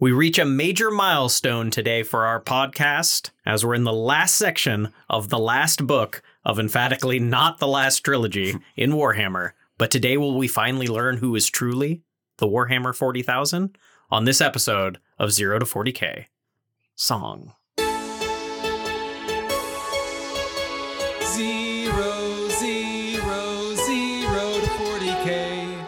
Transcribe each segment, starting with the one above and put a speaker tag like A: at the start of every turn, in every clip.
A: We reach a major milestone today for our podcast as we're in the last section of the last book of emphatically not the last trilogy in Warhammer. But today, will we finally learn who is truly the Warhammer 40,000 on this episode of Zero to 40K? Song.
B: Zero, zero, zero to 40k.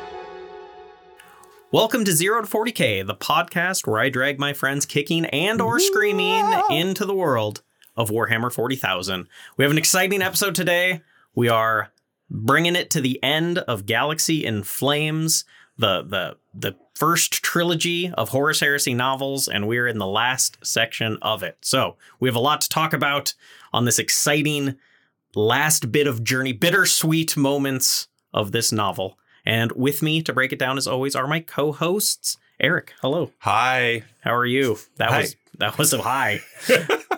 A: Welcome to Zero to 40K, the podcast where I drag my friends kicking and or screaming into the world of Warhammer 40,000. We have an exciting episode today. We are bringing it to the end of Galaxy in Flames, the the the first trilogy of Horus Heresy novels and we're in the last section of it. So, we have a lot to talk about on this exciting last bit of journey, bittersweet moments of this novel. And with me to break it down, as always, are my co-hosts. Eric, hello.
C: Hi.
A: How are you? That
C: Hi.
A: was that was a high.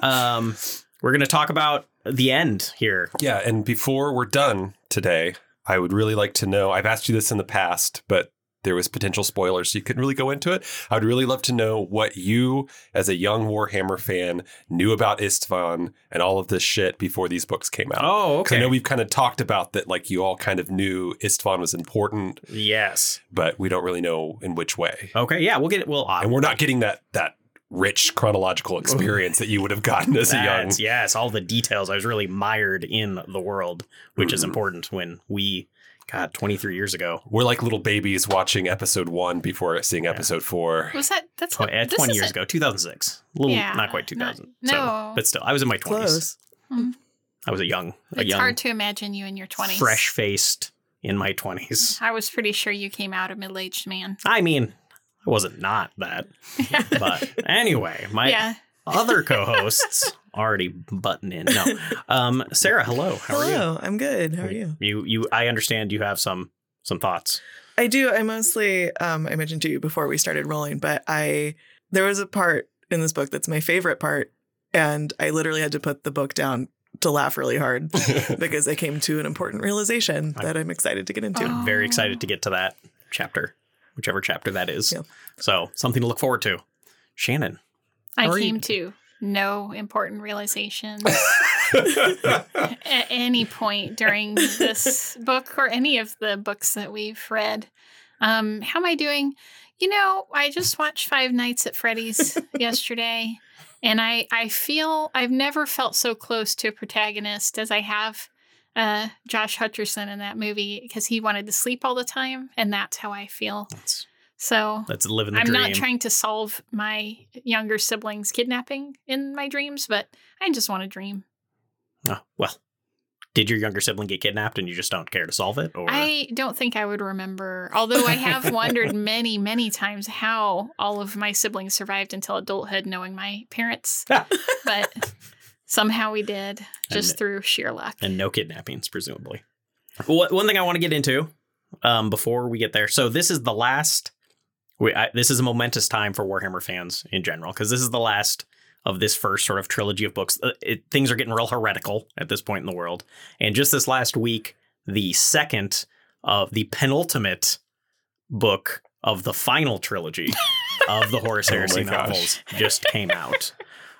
A: um, we're gonna talk about the end here.
C: Yeah, and before we're done today, I would really like to know. I've asked you this in the past, but there was potential spoilers, so you couldn't really go into it. I would really love to know what you, as a young Warhammer fan, knew about Istvan and all of this shit before these books came out.
A: Oh,
C: 'Cause I know we've kind of talked about that, like you all kind of knew Istvan was important,
A: yes.
C: but we don't really know in which way.
A: Okay. Yeah, we'll get it. We'll
C: And we're not getting that that rich chronological experience that you would have gotten as a young
A: That's- yes, all the details. I was really mired in the world, which is
C: Mhm.
A: important when we got 23 years ago.
C: We're like little babies watching episode one before seeing episode four. Oh,
D: Was that that's
A: Tw-
D: not,
A: eh,
D: this
A: 20 years
D: isn't-
A: ago, 2006. A little,
D: Yeah,
A: not quite
D: not-
A: 2000.
D: no.
A: but still, I was in my 20s.
E: Close.
A: I was a young, a
D: It's
A: young,
D: hard to imagine you in your twenties.
A: fresh faced in my 20s.
D: I was pretty sure you came out a middle-aged man.
A: I mean, I wasn't not that. But anyway, my
D: yeah.
A: other co-hosts already button in. No, um, Sarah, hello. How are
E: Hello, I'm good.
A: you?
E: How are you?
A: You, you. I understand you have some some thoughts.
E: I do. I mostly, um, I mentioned to you before we started rolling, but I there was a part in this book that's my favorite part, and I literally had to put the book down to laugh really hard because I came to an important realization that I'm excited to get into.
D: Oh.
A: Very excited to get to that chapter, whichever chapter that is.
E: Yeah.
A: So something to look forward to. Shannon,
D: I
A: Or you-
D: came to no important realizations at any point during this book or any of the books that we've read. Um, how am I doing? You know, I just watched Five Nights at Freddy's yesterday, and I I feel I've never felt so close to a protagonist as I have uh, Josh Hutcherson in that movie because he wanted to sleep all the time, and that's how I feel.
A: that's
D: So
A: that's living the
D: I'm
A: dream.
D: not trying to solve my younger siblings kidnapping in my dreams, but I just want to dream.
A: Oh, well, did your younger sibling get kidnapped and you just don't care to solve it? Or
D: I don't think I would remember, although I have wondered many, many times how all of my siblings survived until adulthood, knowing my parents. but somehow we did, just
A: And-
D: through sheer luck.
A: and no kidnappings, presumably. Well, one thing I want to get into um, before we get there. So this is the last. We, I, this is a momentous time for Warhammer fans in general because this is the last of this first sort of trilogy of books. Uh, it, things are getting real heretical at this point in the world, and just this last week, the second of the penultimate book of the final trilogy of the Horus
C: Oh my
A: Heresy
C: gosh.
A: novels just came out.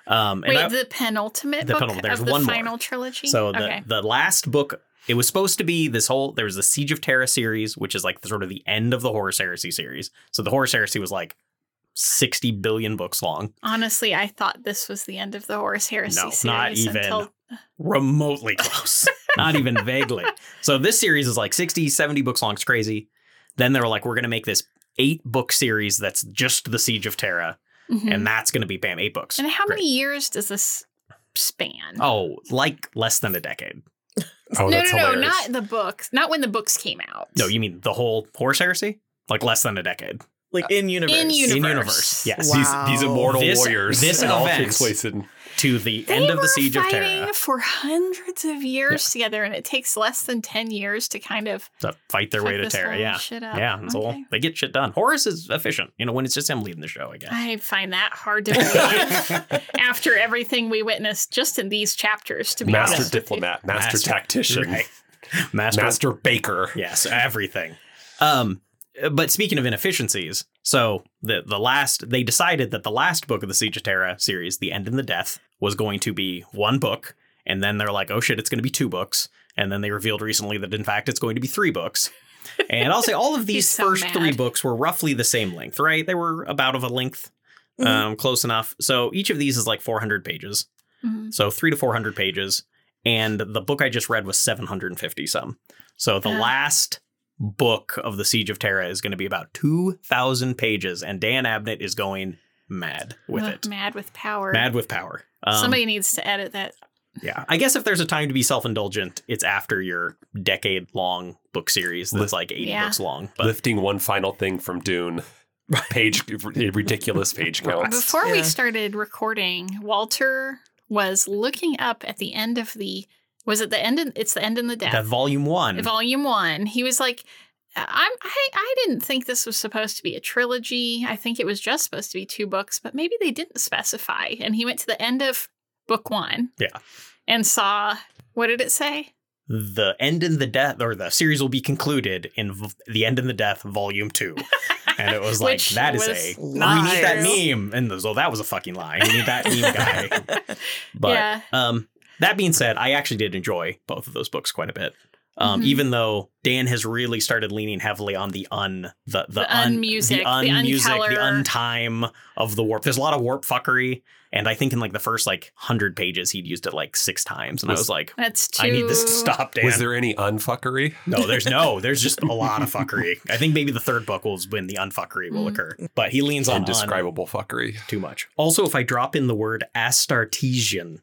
A: Um, and
D: Wait,
A: I-
D: the penultimate
A: The
D: book
A: penultimate- there's
D: of the
A: one more.
D: final trilogy?
A: so the
D: okay.
A: the last book, it was supposed to be this whole. There was the Siege of Terra series, which is like the, sort of the end of the Horus Heresy series. So the Horus Heresy was like sixty billion books long,
D: Honestly, I thought this was the end of the Horus Heresy
A: No,
D: series
A: not even.
D: until
A: remotely close, not even vaguely. So this series is like 60, 70 books long. It's crazy. Then they were like, we're going to make this eight book series that's just the Siege of Terra,
D: Mhm.
A: and that's going to be bam eight books.
D: And how
A: Great.
D: many years does this span?
A: Oh, like less than a decade.
C: oh,
D: no, no, no, not the books. Not when the books came out.
A: No, you mean the whole Horus Heresy? Like less than a decade.
E: Like in universe.
D: in universe.
A: In universe, yes.
E: Wow.
C: These, these immortal
A: This-
C: warriors.
A: this
C: It all
A: event-
C: takes place in.
A: To the
D: They
A: end of
D: were
A: the Siege of
D: fighting
A: Terra.
D: for hundreds of years together, and it takes less than ten years to kind of
A: to fight their
D: fuck
A: way to
D: this
A: Terra.
D: whole
A: Yeah.
D: shit up.
A: Yeah. And so
D: Okay.
A: they get shit done. Horace is efficient, you know, when it's just him leading the show, I guess.
D: I find that hard to believe after everything we witnessed just in these chapters. To be
C: Master
D: honest, with you.
C: diplomat, master,
A: Master-
C: tactician,
A: Right. Master,
C: master baker.
A: Yes, everything. Um, uh, but speaking of inefficiencies, so the the last they decided that the last book of the Siege of Terra series, The End and the Death, was going to be one book, and then they're like, oh shit, it's going to be two books, and then they revealed recently that in fact it's going to be three books. And I'll say all of these
D: He's so
A: first
D: mad.
A: three books were roughly the same length, right? They were about of a length,
D: Mm-hmm.
E: Mhm.
A: um, close enough. So each of these is like 400 pages,
D: Mhm.
A: so three to 400 pages, and the book I just read was 750 some. So the
D: Ah.
A: last book of the Siege of Terra is going to be about 2,000 pages, and Dan Abnett is going mad with
D: Ugh,
A: it,
D: Mad with power.
A: mad with power. Um,
D: Somebody needs to edit that.
A: yeah, I guess if there's a time to be self-indulgent, it's after your decade-long book series that's like 80
D: Yeah.
A: books long. But
C: Lifting one final thing from Dune, page ridiculous page counts.
D: Before we
E: Yeah.
D: started recording, Walter was looking up at the end of the was it the end in, it's the end in the death.
A: that volume one,
D: Volume one. He was like, "Uh, I'm, I, I didn't think this was supposed to be a trilogy. I think it was just supposed to be two books, but maybe they didn't specify. And he went to the end of book one.
A: Yeah.
D: And saw, what did it say?
A: the end and the death, or the series will be concluded in v- the end and the death, volume two. And it was like
D: Which
A: that is
D: was
A: a
E: not
A: we need that
E: true.
A: meme, and the, so that was a fucking lie. We need that meme guy. But
D: yeah.
A: um, that being said, I actually did enjoy both of those books quite a bit. Um,
D: Mhm.
A: Even though Dan has really started leaning heavily on the un, the the,
D: The
A: un
D: un-music,
A: the
D: the
A: un-music, the
D: un-color.
A: untime of the warp. There's a lot of warp fuckery, and I think in like the first like hundred pages, he'd used it like six times, and I
C: Was-
A: was like,
D: That's two.
A: I need this to stop, Dan.
C: Was there any unfuckery?
A: No, there's no. There's just a lot of fuckery. I think maybe the third book will when the unfuckery will
D: Mm.
A: occur. But he leans on un
C: Indescribable fuckery.
A: too much. Also, if I drop in the word Astartesian,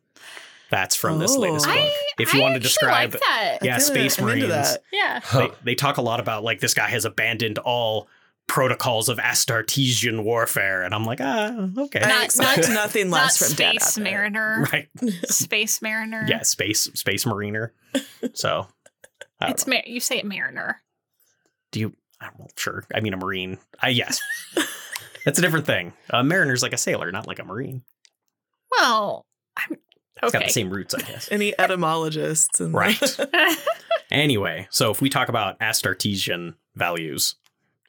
A: that's from this
E: Oh.
A: latest book.
D: I,
A: if you
D: I
A: want to
D: actually
A: describe,
D: like that.
A: yeah,
E: I'm
A: Space
E: I'm into
A: Marines.
E: that.
D: Yeah.
A: they, they talk a lot about like this guy has abandoned all protocols of Astartesian warfare, and I'm like, ah, okay,
E: I
D: Not-
E: expect
D: not-
E: nothing
D: Not
E: less from Dan
D: Space
E: Abnett.
D: Mariner.
A: right,
D: Space Mariner.
A: yeah, space space mariner. So, I don't
D: It's Mar- you say it Mariner.
A: Do you? I'm not sure. I mean, a marine. I yes, that's a different thing. A mariner's like a sailor, not like a marine.
D: Well, I'm
A: It's got
D: okay.
A: the same roots, I guess.
E: Any etymologists? And
A: right. Anyway, so if we talk about Astartesian values,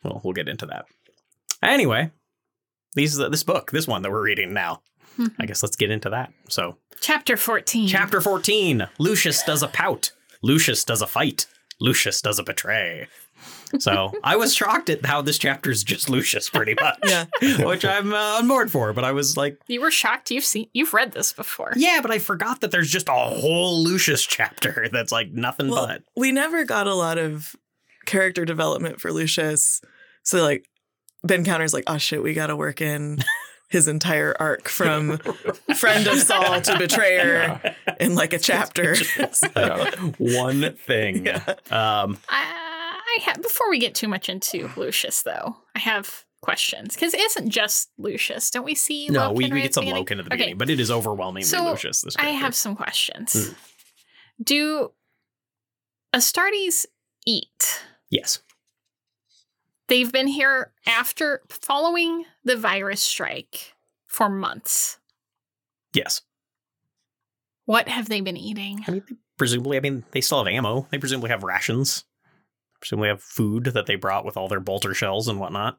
A: well, we'll get into that. Anyway, these this book, this one that we're reading now.
D: Mhm.
A: I guess let's get into that. So,
D: Chapter 14.
A: chapter 14, Lucius does a pout. Lucius does a fight. Lucius does a betray. So, I was shocked at how this chapter is just Lucius pretty much.
E: Yeah.
A: which I'm uh, on board for, but I was like,
D: You were shocked. You've seen. You've read this before.
A: yeah, but I forgot that there's just a whole Lucius chapter that's like nothing
E: Well,
A: but.
E: we never got a lot of character development for Lucius. So like Ben Counter's like, oh shit, we gotta work in his entire arc from friend of Saul to betrayer in like a chapter.
C: Yeah.
A: One thing. Um,
D: I, I have. Before we get too much into Lucius, though, I have questions because it isn't just Lucius. Don't we see?
A: no, we,
D: Loken
A: we
D: right
A: get some
D: beginning?
A: Loken at the
D: Okay,
A: beginning, but it is overwhelmingly
D: So,
A: Lucius. This
D: I
A: chapter.
D: have some questions.
A: Mm.
D: Do Astartes eat?
A: yes.
D: They've been here after following the virus strike for months.
A: Yes.
D: What have they been eating?
A: I mean, they presumably, I mean, they still have ammo. They presumably have rations. Presumably have food that they brought with all their bolter shells and whatnot.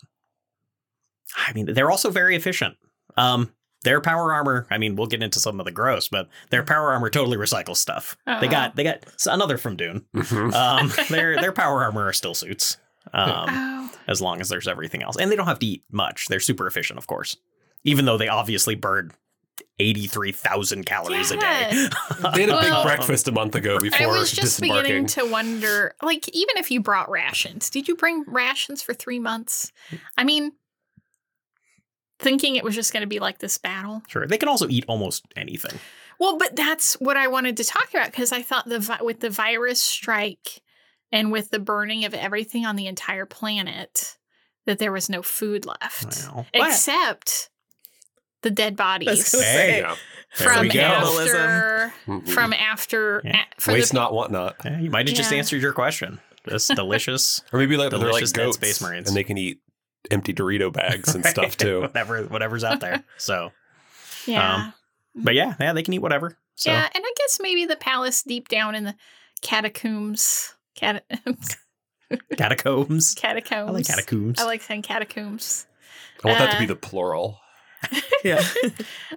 A: I mean, they're also very efficient. Um, their power armor. I mean, we'll get into some of the gross, but their power armor totally recycles stuff. They
D: Uh-oh.
A: got they got s- another from Dune.
C: Mhm.
A: Um, their their power armor are still suits. Um,
D: Oh.
A: as long as there's everything else, and they don't have to eat much. They're super efficient, of course. Even though they obviously burn eighty three thousand calories
D: Yeah.
A: a day.
C: They had a big
D: Well-
C: breakfast a month ago before
D: Um, I was just beginning
C: disembarking.
D: to wonder, like, even if you brought rations, did you bring rations for three months? I mean, thinking it was just going to be like this battle.
A: Sure, they can also eat almost anything.
D: Well, but that's what I wanted to talk about because I thought the vi- with the virus strike and with the burning of everything on the entire planet, that there was no food left
A: Well, but
D: except the dead bodies
E: gonna say,
C: Yeah.
A: there we
D: from
A: go.
D: after
C: Mhm.
D: from after
A: Yeah. um,
D: a- for the
C: waste not, want not.
A: Yeah, you might have just
D: Yeah.
A: answered your question. Just delicious,
C: Or maybe like they're like
A: Delicious dead
C: goats,
A: space marines.
C: and they can eat empty Dorito bags and stuff too.
A: Whatever, whatever's out there. So,
D: yeah.
A: Um, but yeah, yeah, they can eat whatever. So
D: Yeah, and I guess maybe the palace deep down in the catacombs, cat-
A: Catacombs.
D: Catacombs.
A: I like catacombs.
D: I like saying catacombs.
C: I want that to be
D: Uh,
C: the plural.
E: Yeah.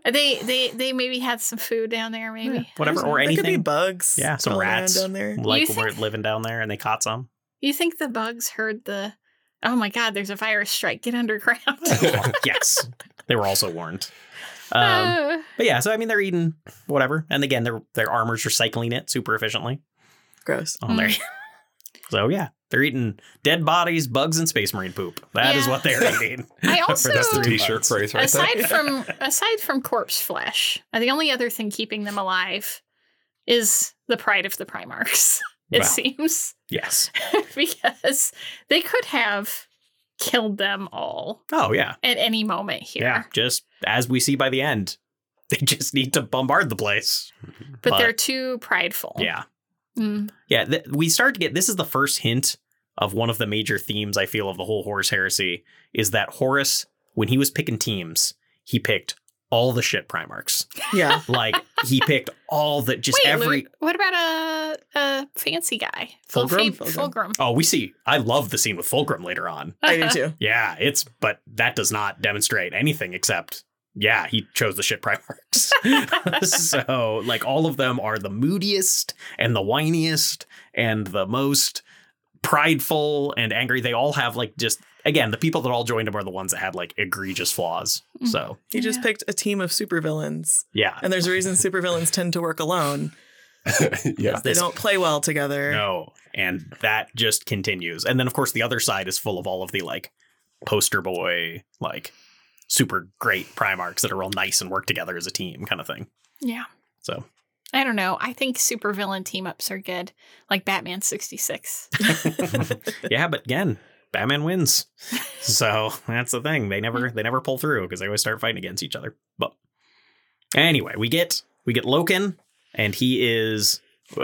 D: They they they maybe had some food down there, maybe.
E: Yeah,
A: Whatever, or
E: There could be
A: anything.
E: bugs.
A: Yeah, some
E: crawling around
A: rats. Mm.
E: down there.
A: Like
D: You
A: we're
D: think-
A: living down there and they caught some.
D: You think the bugs heard the Oh my god, there's a virus strike. Get underground.
A: yes. They were also warned. Um,
D: Uh,
A: but yeah, so I mean they're eating whatever. And again, their their armor's recycling it super efficiently.
E: Gross.
D: Hmm.
A: on there. so yeah, they're eating dead bodies, bugs, and space marine poop. That is
D: Yeah.
A: what they're eating.
D: I
A: That's
D: also
C: That's the
A: Three
C: t-shirt
A: bucks.
C: phrase right there.
D: aside from aside from corpse flesh, uh, the only other thing keeping them alive is the pride of the Primarchs. It
A: Wow.
D: seems
A: Yes.
D: because they could have killed them all
A: Oh yeah.
D: at any moment here.
A: Yeah. Just as we see by the end, they just need to bombard the place.
D: but,
A: But-
D: they're too prideful.
A: Yeah.
D: Mm.
A: Yeah. Th- we start to get this is the first hint of one of the major themes I feel of the whole Horus heresy is that Horus, when he was picking teams, he picked all the shit Primarchs.
E: Yeah.
A: Like he picked all the just
D: Wait,
A: every.
D: Luke, what about a a fancy guy? Full
E: Fulgrim?
D: fa-
E: Fulgrim.
D: Fulgrim.
A: Oh, we see. I love the scene with Fulcrum later on.
E: I do too.
A: Yeah, it's but that does not demonstrate anything except yeah, he chose the shit primarchs. so like all of them are the moodiest and the whiniest and the most prideful and angry. They all have like just again, the people that all joined him are the ones that had like egregious flaws. So
E: He just picked a team of supervillains.
A: yeah.
E: And there's a reason supervillains tend to work alone.
C: yeah.
E: They don't play well together.
A: No. And that just continues. And then of course the other side is full of all of the like poster boy, like super great primarchs that are all nice and work together as a team kind of thing.
D: Yeah.
A: So
D: I don't know. I think supervillain team ups are good, like Batman 66.
A: yeah, but again, Batman wins. So that's the thing. They never they never pull through because they always start fighting against each other. But anyway, we get we get Loken, and he is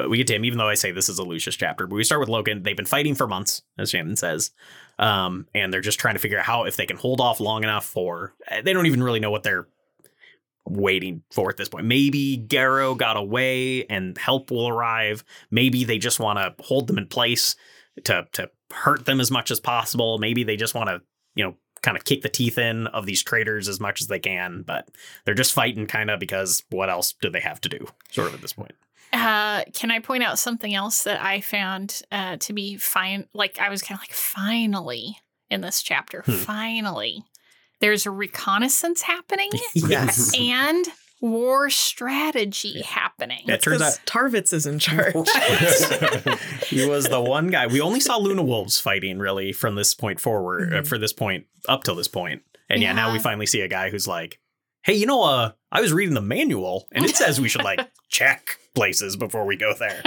A: we get to him, even though I say this is a Lucius chapter, but we start with Loken. They've been fighting for months, as Shannon says. Um, and they're just trying to figure out how if they can hold off long enough for eh, they don't even really know what they're waiting for at this point. Maybe Garrow got away and help will arrive. Maybe they just want to hold them in place to to hurt them as much as possible. Maybe they just want to, you know, kind of kick the teeth in of these traitors as much as they can, but they're just fighting kind of because what else do they have to do sort of at this point.
D: Uh, can I point out something else that I found uh, to be fine? Like, I was kind of like, finally, in this chapter,
A: Hmm.
D: finally, there's a reconnaissance happening
E: Yes.
D: and war strategy happening.
A: It turns out
E: Because Tarvitz is in charge.
A: he was the one guy. We only saw Luna Wolves fighting really from this point forward, uh,
E: Mhm.
A: for this point up till this point. And yeah. now we
D: Yeah.
A: finally see a guy who's like, "Hey, you know, uh, I was reading the manual, and it says we should like check places before we go there,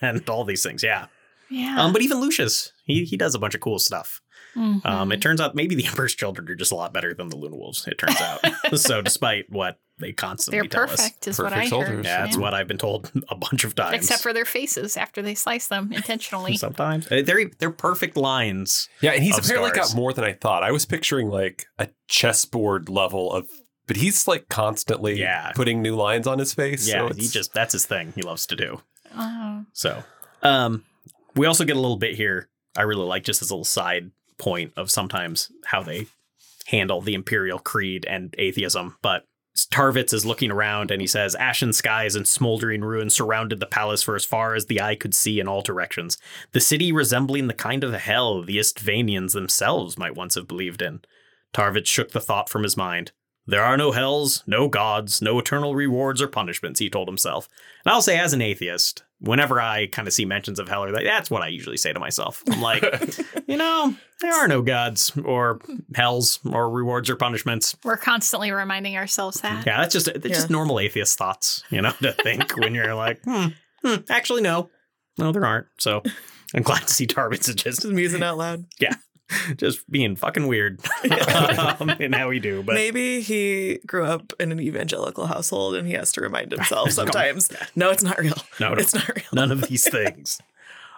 A: and all these things." Yeah.
D: yeah.
A: Um, but even Lucius, he he does a bunch of cool stuff.
D: Mm-hmm.
A: Um, it turns out maybe the Emperor's Children are just a lot better than the Luna Wolves. It turns out. so despite what they constantly
D: They're
A: tell us,
D: perfect, is what I
C: Perfect
D: heard.
C: soldiers.
A: yeah, that's what I've been told a bunch of times.
D: Except for their faces after they slice them intentionally.
A: sometimes Uh, they're they're perfect lines.
C: Yeah, and he's
A: of
C: apparently
A: scars.
C: got more than I thought. I was picturing like a chessboard level of, but he's like constantly
A: Yeah.
C: putting new lines on his face. so
A: Yeah, he
C: it's-
A: just that's his thing. He loves to do.
D: Oh.
A: So, um, we also get a little bit here. I really like just this little side point of sometimes how they handle the imperial creed and atheism. But Tarvitz is looking around and he says, "Ashen skies and smoldering ruins surrounded the palace for as far as the eye could see in all directions. The city resembling the kind of hell the Istvanians themselves might once have believed in." Tarvitz shook the thought from his mind. There are no hells, no gods, no eternal rewards or punishments, he told himself. And I'll say, as an atheist, whenever I kind of see mentions of hell or that, that's what I usually say to myself. I'm like, you know, there are no gods or hells or rewards or punishments.
D: We're constantly reminding ourselves that.
A: Yeah, that's just that's
E: Yeah.
A: just normal atheist thoughts, you know, to think when you're like, hmm, hmm, actually, no, no, there aren't. So I'm glad to see Tarvitz is just
E: Just musing out loud.
A: just being fucking weird um, in how we do, but.
E: Maybe he grew up in an evangelical household and he has to remind himself sometimes. no, it's not real.
A: No, no.
E: It's not real.
A: none of these things.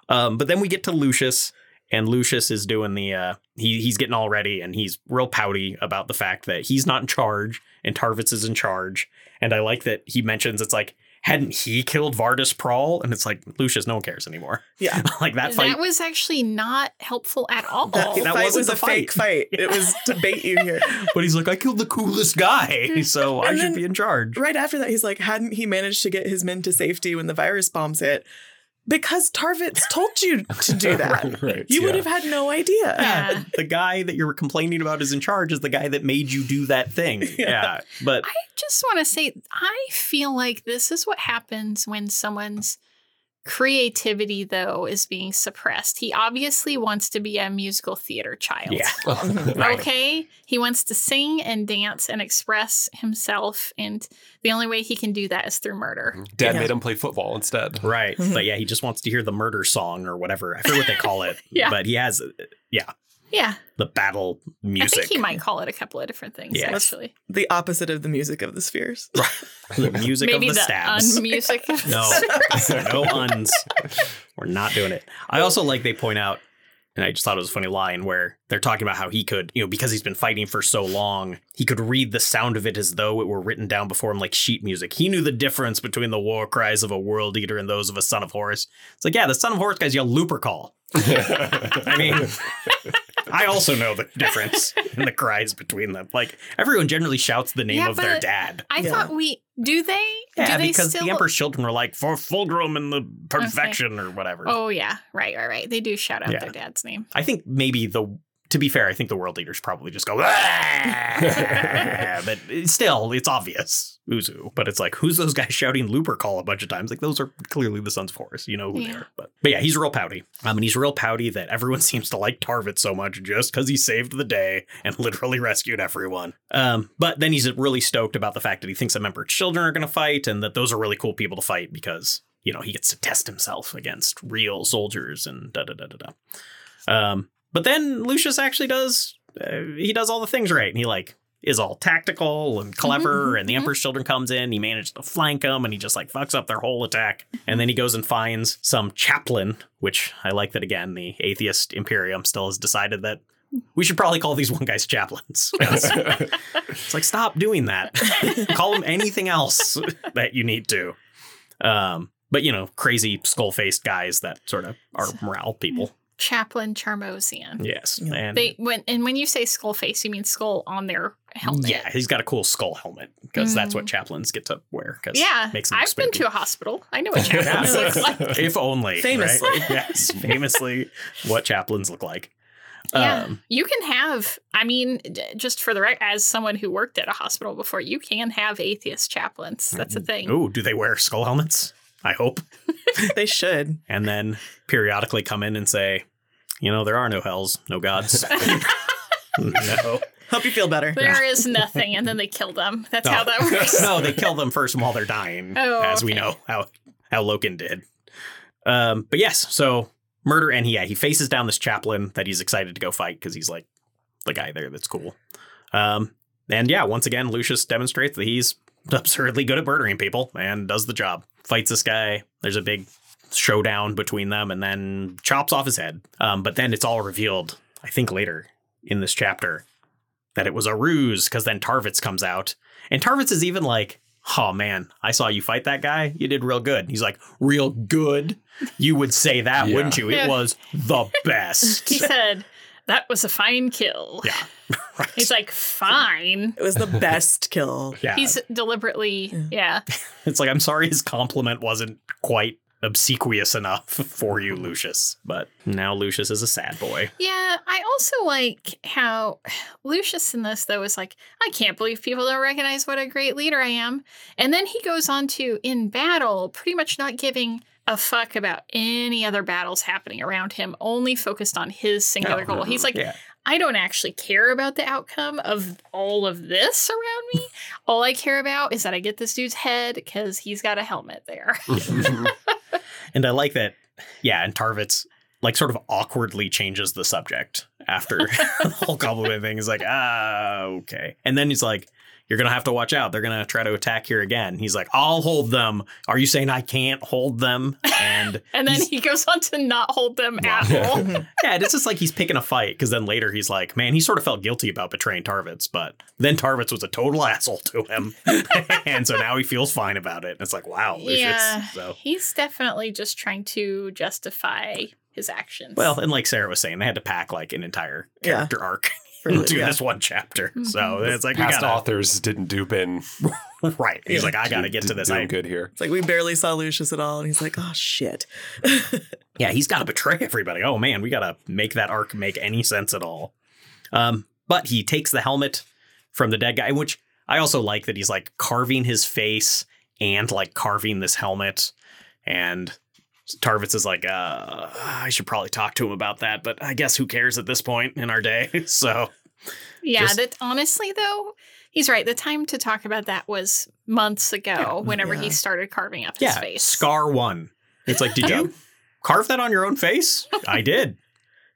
A: Um, but then we get to Lucius, and Lucius is doing the uh, he he's getting all ready, and he's real pouty about the fact that he's not in charge, and Tarvitz is in charge. And I like that he mentions it's like, hadn't he killed Vardis Prawl? And it's like, Lucius, no one cares anymore.
E: Yeah.
A: like that
D: That,
A: fight.
D: was actually not helpful at all.
E: That,
A: Oh, that
E: fight
A: wasn't
E: was
A: the
E: a fake fight. It was to bait you here.
A: but he's like, I killed the coolest guy, so I
E: And
A: should
E: then-
A: be in charge.
E: Right after that, he's like, hadn't he managed to get his men to safety when the virus bombs hit? Because Tarvitz told you to do that.
C: right.
E: You would
C: yeah.
E: have had no idea.
D: Yeah.
A: The guy that you're complaining about is in charge is the guy that made you do that thing. Yeah. But
D: I just want to say, I feel like this is what happens when someone's creativity, though, is being suppressed. He obviously wants to be a musical theater child.
A: yeah.
C: right.
D: Okay. He wants to sing and dance and express himself. And the only way he can do that is through
A: Mm-hmm.
D: murder.
C: Dad
E: Yeah.
C: made him play football instead.
A: Right. But yeah, he just wants to hear the murder song or whatever. I forget what they call it.
D: Yeah.
A: But he has uh,
D: Yeah.
A: the battle music.
D: I think he might call it a couple of different things,
A: Yeah.
D: actually.
E: The opposite of the music of the spheres.
A: The music
D: Maybe
A: of the,
D: the,
A: stabs.
D: unmusic. of
A: No.
D: the-
A: no uns. We're not doing it. I also like they point out, and I just thought it was a funny line where they're talking about how he could, you know, because he's been fighting for so long, he could read the sound of it as though it were written down before him like sheet music. He knew the difference between the war cries of a world eater and those of a son of Horus. It's like, yeah, the son of Horus guys yell Lupercal. I mean, I also know the difference in the cries between them. Like everyone generally shouts the name
D: Yeah,
A: of their
D: but-
A: dad.
D: I
E: Yeah.
D: thought we do they?
A: Yeah,
D: do they
A: because
D: still
A: the Emperor's children were like for Fulgrim and the perfection or whatever.
D: Oh yeah, right, right, right. They do shout out
A: Yeah.
D: their dad's name.
A: I think maybe the to be fair, I think the world leaders probably just go, "Ah!" but it's still, it's obvious who's who. But it's like, who's those guys shouting Looper Call a bunch of times? Like, those are clearly the Sons of Horus. You know who they
D: Yeah.
A: are. But, but yeah, he's real pouty. Um, and he's real pouty that everyone seems to like Tarvit so much just because he saved the day and literally rescued everyone. Um, but then he's really stoked about the fact that he thinks that Emperor children are going to fight and that those are really cool people to fight because, you know, he gets to test himself against real soldiers and da da da da da. Um, but then Lucius actually does uh, he does all the things right, and he like is all tactical and clever.
D: Mhm,
A: And the
D: mhm.
A: Emperor's Children comes in, he manages to flank them, and he just like fucks up their whole attack. And then he goes and finds some chaplain, which I like that again. The atheist Imperium still has decided that. We should probably call these one guys chaplains. It's like stop doing that. Call him anything else that you need to. Um, but you know, crazy skull-faced guys that sort of are morale people.
D: Chaplain Charmosian.
A: Yes,
E: Yeah.
A: and
D: They when and when you say skull face, you mean skull on their helmet. Mm.
A: Yeah, he's got a cool skull helmet because that's what chaplains get to wear. 'cause
D: Yeah.
A: makes them
D: I've
A: look
D: been
A: spooky.
D: to a hospital. I know what chaplain
A: Yeah.
D: looks like.
A: if only right?
E: Famously.
A: yes, famously what chaplains look like.
D: Yeah.
A: Um,
D: you can have, I mean, d- just for the rec as someone who worked at a hospital before, you can have atheist chaplains. That's a thing.
A: ooh, do they wear skull helmets? I hope,
E: They should.
A: and then periodically come in and say, you know, there are no hells, no gods. no,
E: Hope you feel better.
D: There is nothing, and then they kill them. That's how
A: No.
D: that works.
A: no, they kill them first while they're dying,
D: Oh,
A: as we
D: okay.
A: know how how Loken did. Um, but yes, so murder and he yeah he faces down this chaplain that he's excited to go fight because he's like the guy there that's cool. Um, and yeah, once again, Lucius demonstrates that he's absurdly good at murdering people and does the job. Fights this guy. There's a big showdown between them, and then chops off his head. Um, but then it's all revealed, I think later in this chapter, that it was a ruse because then Tarvitz comes out, and Tarvitz is even like. Oh man, I saw you fight that guy. You did real good. He's like, real good. You would say that,
C: Yeah.
A: wouldn't you? It
D: Yeah.
A: was the best.
D: He said, That was a fine kill.
A: Yeah. Right.
D: He's like, Fine.
E: It was the best kill.
A: yeah.
D: He's deliberately, yeah.
A: it's like, I'm sorry his compliment wasn't quite obsequious enough for you, Lucius. But now Lucius is a sad boy.
D: Yeah, I also like how Lucius in this though is like, I can't believe people don't recognize what a great leader I am. And then he goes on to in battle, pretty much not giving a fuck about any other battles happening around him, only focused on his singular
A: Oh,
D: goal. He's like,
A: yeah.
D: I don't actually care about the outcome of all of this around me. all I care about is that I get this dude's head because he's got a helmet there.
A: And I like that. Yeah. And Tarvitz like sort of awkwardly changes the subject after the whole compliment thing. He's like, ah, okay. And then he's like, you're gonna have to watch out. They're gonna try to attack here again. He's like, I'll hold them. Are you saying I can't hold them? And
D: And then
A: he's-
D: he goes on to not hold them at all.
A: yeah, it's just like he's picking a fight because then later he's like, man, he sort of felt guilty about betraying Tarvitz, but then Tarvitz was a total asshole to him, and so now he feels fine about it. And it's like, wow, it's- it's-
D: yeah.
A: so.
D: He's definitely just trying to justify his actions.
A: Well, and like Sarah was saying, they had to pack like an entire
E: Yeah.
A: character arc
E: For-
A: into
E: yeah.
A: this one chapter. So
D: Mhm.
A: it's like we
C: Past
A: gotta
C: authors didn't do Ben.
A: right. He's like, I gotta get to
C: Didn't
A: this.
C: do him
A: I,
C: good here.
E: It's like we barely saw Lucius at all, and he's like, "Oh shit."
A: yeah, he's gotta betray everybody. Oh man, we gotta make that arc make any sense at all. Um, but he takes the helmet from the dead guy, which I also like that he's like carving his face and like carving this helmet. And Tarvitz is like, uh, I should probably talk to him about that, but I guess who cares at this point in our day? so
D: yeah,
A: just-
D: that honestly though, he's right. The time to talk about that was months ago whenever
E: Yeah.
D: he started carving up his
A: yeah,
D: face.
A: scar one. It's like, did you carve that on your own face? I did.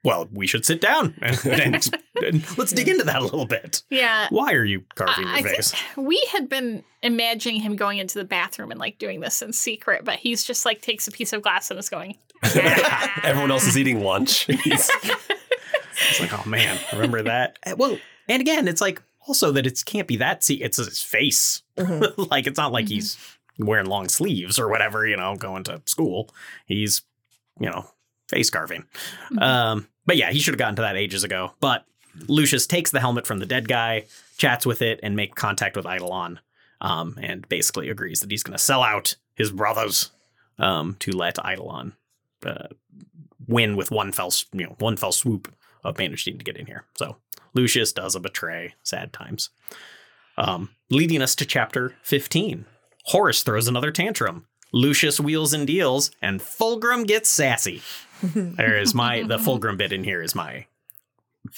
A: Well, we should sit down and, and- and let's dig into that a little bit.
D: yeah.
A: Why are you carving
D: I-
A: your
D: I
A: face?
D: We had been imagining him going into the bathroom and like doing this in secret, but he's just like takes a piece of glass and is going. "Ah."
C: Everyone else is eating lunch. He's-
A: It's like, oh man, remember that? Uh, Well, and again, it's like also that it can't be that. See, it's his face.
E: Mhm.
A: like it's not like
D: Mhm.
A: he's wearing long sleeves or whatever. You know, going to school. He's, you know, face carving.
D: Mhm.
A: Um, but yeah, he should have gotten to that ages ago. But Lucius takes the helmet from the dead guy, chats with it, and make contact with Eidolon, um, and basically agrees that he's going to sell out his brothers um, to let Eidolon uh, win with one fell, s- you know, one fell swoop of managing to get in here. So Lucius does a betray. Sad times. Um, leading us to chapter 15. Horace throws another tantrum. Lucius wheels and deals, and Fulgrim gets sassy. There is my the Fulgrim bit in here is my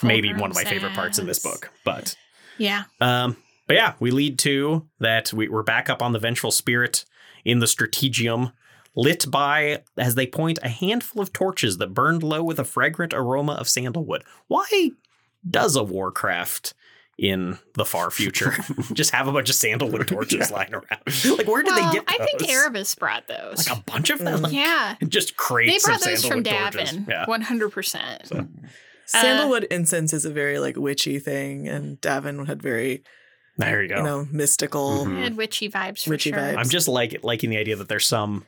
A: maybe one of my favorite parts in this
D: Fulgrim's
A: book. But
D: Yeah.
A: um, but yeah, we lead to that we, we're back up on the vengeful spirit in the strategium, lit by, as they point, a handful of torches that burned low with a fragrant aroma of sandalwood. Why does a Warcraft in the far future just have a bunch of sandalwood torches lying around? Like, where did
D: well,
A: they get
D: I think
A: those?
D: Erebus brought those.
A: Like a bunch of them? Like,
D: yeah.
A: Just
D: They
A: crates
D: brought
A: of
D: those from
A: sandalwood torches.
D: Davin.
A: Yeah.
D: 100%.
A: So-
D: Uh,
E: Sandalwood incense is a very like witchy thing, and Davin had very
A: There you go.
E: you know mystical.
C: Mhm.
D: Had witchy vibes for
E: Witchy
D: sure.
E: vibes.
A: hmm. I'm just like liking the idea that there's some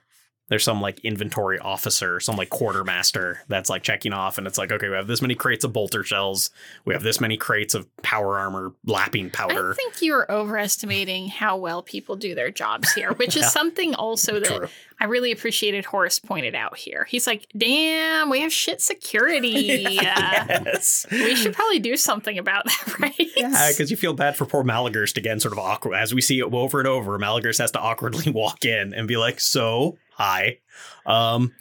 A: there's some like inventory officer, some like quartermaster that's like checking off, and it's like, okay, we have this many crates of bolter shells, we have this many crates of power armor lapping
D: I
A: powder.
D: think you are overestimating how well people do their jobs here, which is
A: Yeah.
D: something also that
A: True.
D: I really appreciated Horace pointed out here. He's like, damn, we have shit security. Uh,
A: Yes.
D: we should probably do something about that, right?
A: because you feel bad for poor Malagurst again, sort of awkward. As we see it over and over, Malagurst has to awkwardly walk in and be like, "So, hi, um,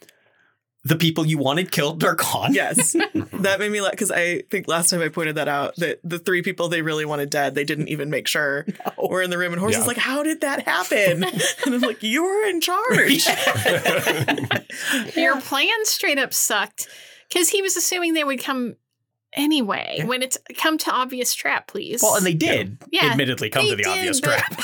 A: the people you wanted killed are gone."
E: Yes, that made me laugh because I think last time I pointed that out that the three people they really wanted dead, they didn't even make sure were in the room. And Horace
C: Yeah.
E: is like, "How did that happen?" and I'm like, "You were in charge."
D: Your plan straight up sucked because he was assuming they would come anyway
A: Yeah.
D: when it's come to obvious trap, please.
A: Well, and they did,
D: Yeah. Yeah,
A: admittedly, come
D: they
A: to the
D: did,
A: obvious
D: but-
A: trap.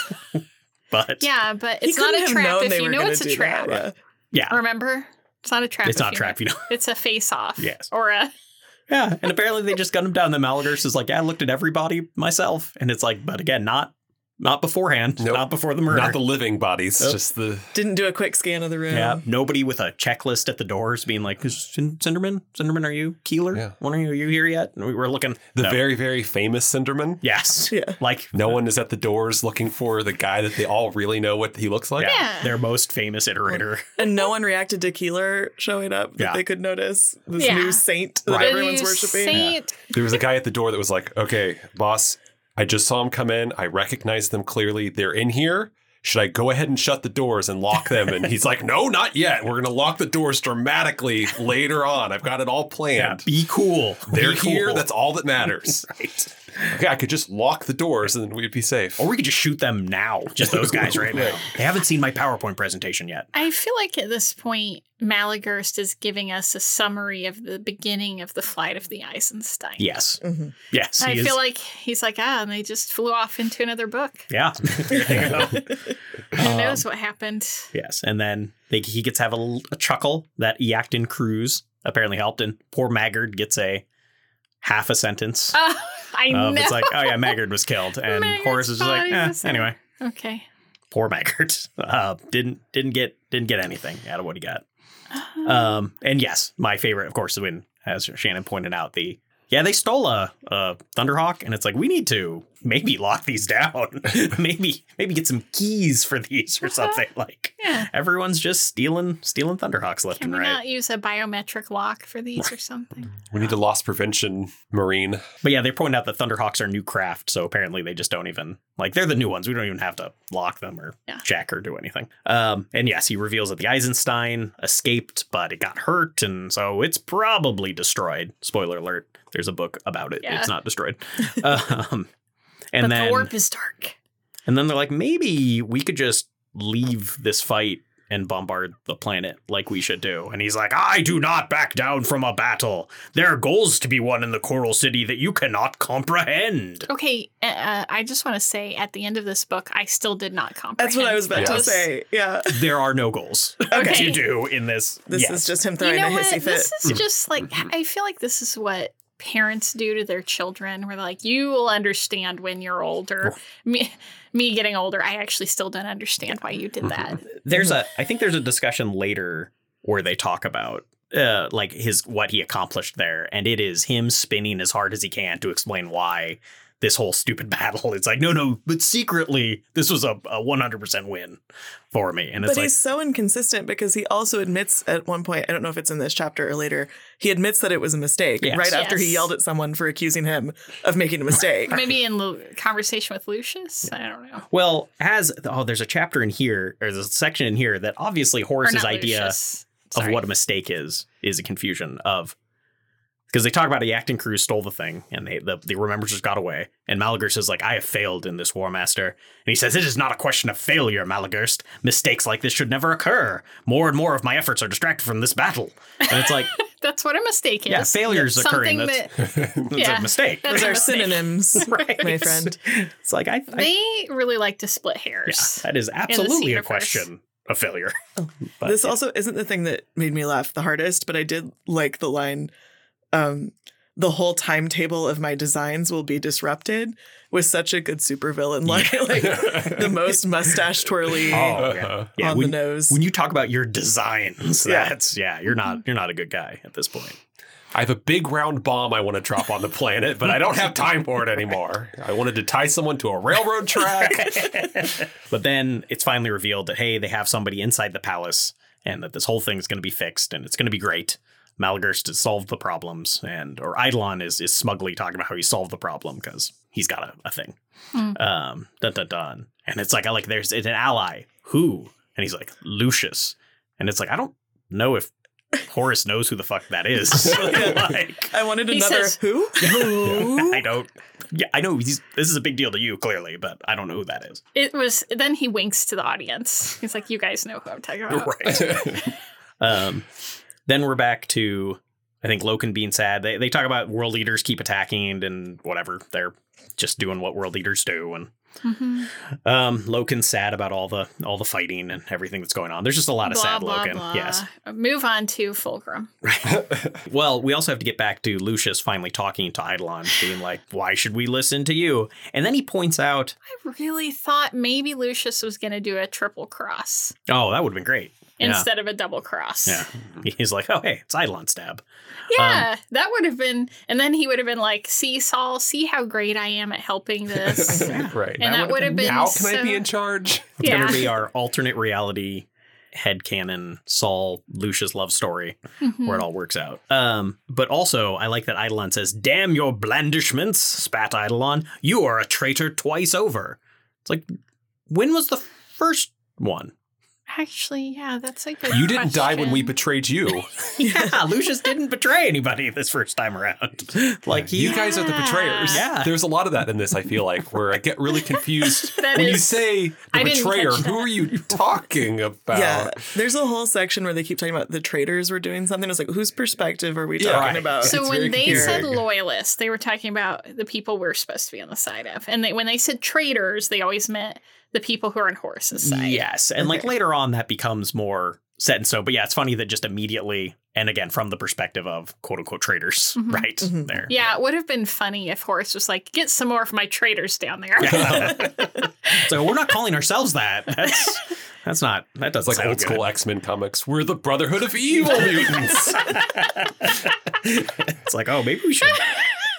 A: but
D: Yeah, but
E: He
D: it's not
E: couldn't
D: a
E: have
D: trap
E: known
D: if
E: they
D: you
E: were
D: know
E: gonna
D: it's a
E: do that.
D: trap.
E: Yeah.
A: yeah,
D: Remember? It's not a trap.
A: it's
D: if
A: not
D: you
A: trap, you know.
D: know- It's a face off.
A: Yes.
D: Or a
A: Yeah, and apparently they just gunned him down. Then Malagurst is like, yeah, I looked at everybody myself, and it's like, but again, not not beforehand,
C: Nope.
A: not before the murder.
C: Not the living bodies,
A: Nope.
C: just the
E: Didn't do a quick scan of the room.
A: yeah, nobody with a checklist at the doors, being like, "Is Cin- Cinderman, Cinderman, are you Keeler?
C: Yeah.
A: One are you? Are you here yet?" And we were looking.
C: the
A: No.
C: very very famous Cinderman.
A: yes,
E: Yeah.
A: like
C: No one is at the doors looking for the guy that they all really know what he looks like.
A: yeah,
D: Yeah.
A: their most famous iterator.
E: And no one reacted to Keeler showing up that
A: Yeah.
E: they could notice this
D: Yeah.
E: new saint that
A: Right.
E: everyone's
D: new
E: worshiping.
D: Saint.
C: There was a guy at the door that was like, "Okay, boss, I just saw him come in. I recognize them clearly. They're in here. Should I go ahead and shut the doors and lock them?" And he's like, "No, not yet. We're gonna lock the doors dramatically later on. I've got it all
A: Yeah,
C: planned.
A: be cool.
C: They're
A: Be cool.
C: here. That's all that matters."
A: right.
C: okay, I could just lock the doors and then we'd be safe.
A: Or we could just shoot them now. Just those guys right now. They haven't seen my PowerPoint presentation yet.
D: I feel like at this point, Malagurst is giving us a summary of the beginning of the flight of the Eisenstein.
A: Yes.
E: Mhm.
A: Yes.
D: Mm-hmm. I
A: he is-
D: feel like he's like, ah, and they just flew off into another book.
A: Yeah. There you go.
D: Who
A: Um,
D: knows what happened?
A: Yes, and then they, he gets to have a, l- a chuckle that Yakton Cruz apparently helped, and poor Maggard gets a half a sentence.
D: Oh, I know.
A: of, it's like, oh yeah, Maggard was killed, and
D: Maggard's
A: Horace is just like,
D: body
A: eh,
D: was-
A: anyway,
D: okay.
A: poor Maggard uh, didn't didn't get didn't get anything out of what he got. Um, and yes, my favorite, of course, is when as Shannon pointed out, the yeah they stole a, a Thunderhawk, and it's like we need to maybe lock these down, maybe maybe get some keys for these or something like.
D: yeah.
A: Everyone's just stealing stealing Thunderhawks left
D: Can
A: and
D: we
A: right.
D: not use a biometric lock for these or something?
C: We need a loss prevention marine.
A: But yeah, they point out that Thunderhawks are new craft, so apparently they just don't even like they're the new ones. We don't even have to lock them or
D: Yeah.
A: check or do anything. Um, and yes, he reveals that the Eisenstein escaped, but it got hurt, and so it's probably destroyed. Spoiler alert: there's a book about it.
D: Yeah.
A: It's not destroyed. um, and
D: but
A: then
D: the warp is dark.
A: and then they're like, maybe we could just leave this fight and bombard the planet like we should do. And he's like, I do not back down from a battle. There are goals to be won in the Coral City that you cannot comprehend.
D: Okay, uh, uh, I just want to say at the end of this book, I still did not comprehend.
E: That's what I was about to
C: Yes.
E: say. Yeah.
A: There are no goals that you do in this.
E: This
A: Yes.
E: is just him
D: You
E: throwing
D: know
E: a hissy
D: what?
E: fit.
D: This
A: Yeah.
D: is just like
A: Mm-hmm.
D: I feel like this is what parents do to their children. We're like, you will understand when you're older. Me, me getting older, I actually still don't understand why you
A: Mm-hmm.
D: did that.
A: there's a
D: Mm-hmm.
A: I think there's a discussion later where they talk about uh like his what he accomplished there and it is him spinning as hard as he can to explain why this whole stupid battle it's like no no but secretly this was a, a 100% win for me and it's
E: But
A: like
E: he's so inconsistent because he also admits at one point, I don't know if it's in this chapter or later, he admits that it was a mistake
A: Yes.
E: right after he
D: Yes.
E: yelled at someone for accusing him of making a mistake.
D: Maybe in the conversation with Lucius, I don't know.
A: well as oh there's a chapter in here or there's a section in here that obviously
D: Or
A: Horace's
D: not
A: idea
D: Lucius.
A: of
D: Sorry.
A: what a mistake is is a confusion of because they talk about the acting crew stole the thing and they the, the remembrancers got away and Malagurst is like I have failed in this war master and he says it is not a question of failure Malagurst mistakes like this should never occur more and more of my efforts are distracted from this battle and it's like
D: That's what a mistake is.
A: yeah failures occurring
D: Something
A: that's,
D: that
A: that's
D: yeah.
A: a mistake
D: That's
E: Those
D: a
E: are
D: mistake.
E: synonyms,
A: right
E: my friend.
A: it's like I, I
D: they really like to split
A: yeah,
D: hairs.
A: that is absolutely a
D: universe.
A: question of failure But-
E: this also isn't the thing that made me laugh the hardest, but I did like the line um, the whole timetable of my designs will be disrupted was such a good supervillain line. like the most mustache twirly
A: Oh,
C: Uh-huh.
A: yeah. yeah
E: on
A: when-
E: the nose.
A: when you talk about your designs
E: Yeah.
A: that's yeah you're
D: Mm-hmm.
A: not you're not a good guy at this point
C: I have a big round bomb I want to drop on the planet, but I don't have time for it anymore. I wanted to tie someone to a railroad track.
A: but then it's finally revealed that hey they have somebody inside the palace and that this whole thing's going to be fixed and it's going to be great Malagurst has solved the problems and or Eidolon is is smugly talking about how he solved the problem because he's got a, a thing
D: Hmm.
A: um dun dun dun and it's like I like there's it's an ally who and he's like Lucius and it's like I don't know if Horace knows who the fuck that is like
E: I wanted
D: He
E: another
D: says-
E: who?
A: I don't. Yeah, I know these, this is a big deal to you, clearly, but I don't know who that is.
D: It was then he winks to the audience. He's like, "You guys know who I'm talking about."
A: Um, then we're back to, I think Loken being sad. They they talk about world leaders keep attacking and whatever. They're just doing what world leaders do, and
D: Mhm.
A: um, Loken's sad about all the all the fighting and everything that's going on. There's just a lot of sad Loken. Yes.
D: Move on to Fulgrim.
A: Well, we also have to get back to Lucius finally talking to Eidolon, being like, "Why should we listen to you?" And then he points out,
D: I really thought maybe Lucius was going to do a triple cross
A: "Oh, that would have been great." Yeah.
D: instead of a double cross.
A: Yeah. Um, He's like, "Oh, hey, it's Eidolon stab."
D: Yeah, that would have been, and then he would have been like, "See, Saul, see how great I am at helping this."
C: right.
D: And that would have been
C: How can I
D: so-
C: be in charge?
A: It's
D: yeah,
A: gonna be our alternate reality headcanon Saul Lucius love story
D: Mhm.
A: where it all works out. Um, but also I like that Eidolon says, Damn your blandishments, spat Eidolon, you are a traitor twice over. It's like when was the first one?
D: Actually, yeah, that's a good.
C: You didn't die when we
D: question.
C: betrayed you.
A: Yeah, Lucius didn't betray anybody this first time around. Like he,
C: you guys are the betrayers.
A: Yeah.
C: There's a lot of that in this, I feel like, where I get really confused.
D: That
C: when you
D: is-
C: say the
D: I didn't
C: betrayer,
D: catch
C: who
D: that.
C: are you talking about?
E: Yeah, there's a whole section where they keep talking about the traders were doing something. It's like, whose perspective are we
C: Yeah,
E: talking
A: right.
E: about?
D: So
C: It's
D: when
C: very
D: they said
C: confusing.
D: loyalists, they were talking about the people we're supposed to be on the side of, and they, when they said traitors, they always meant the people who are on horses' side.
A: yes, and like
E: Okay.
A: later on that becomes more set in stone. But yeah, it's funny that just immediately and again from the perspective of quote unquote traitors,
D: Mhm.
A: right
E: Mhm.
A: there.
D: Yeah, it would have been funny if Horace was like, "Get some more of my traitors down there."
A: so we're not calling ourselves that. That's that's not that
C: It's
A: doesn't
C: like
A: sound
C: old
A: good.
C: school X Men comics. We're the Brotherhood of Evil mutants.
A: it's like, oh, maybe we should.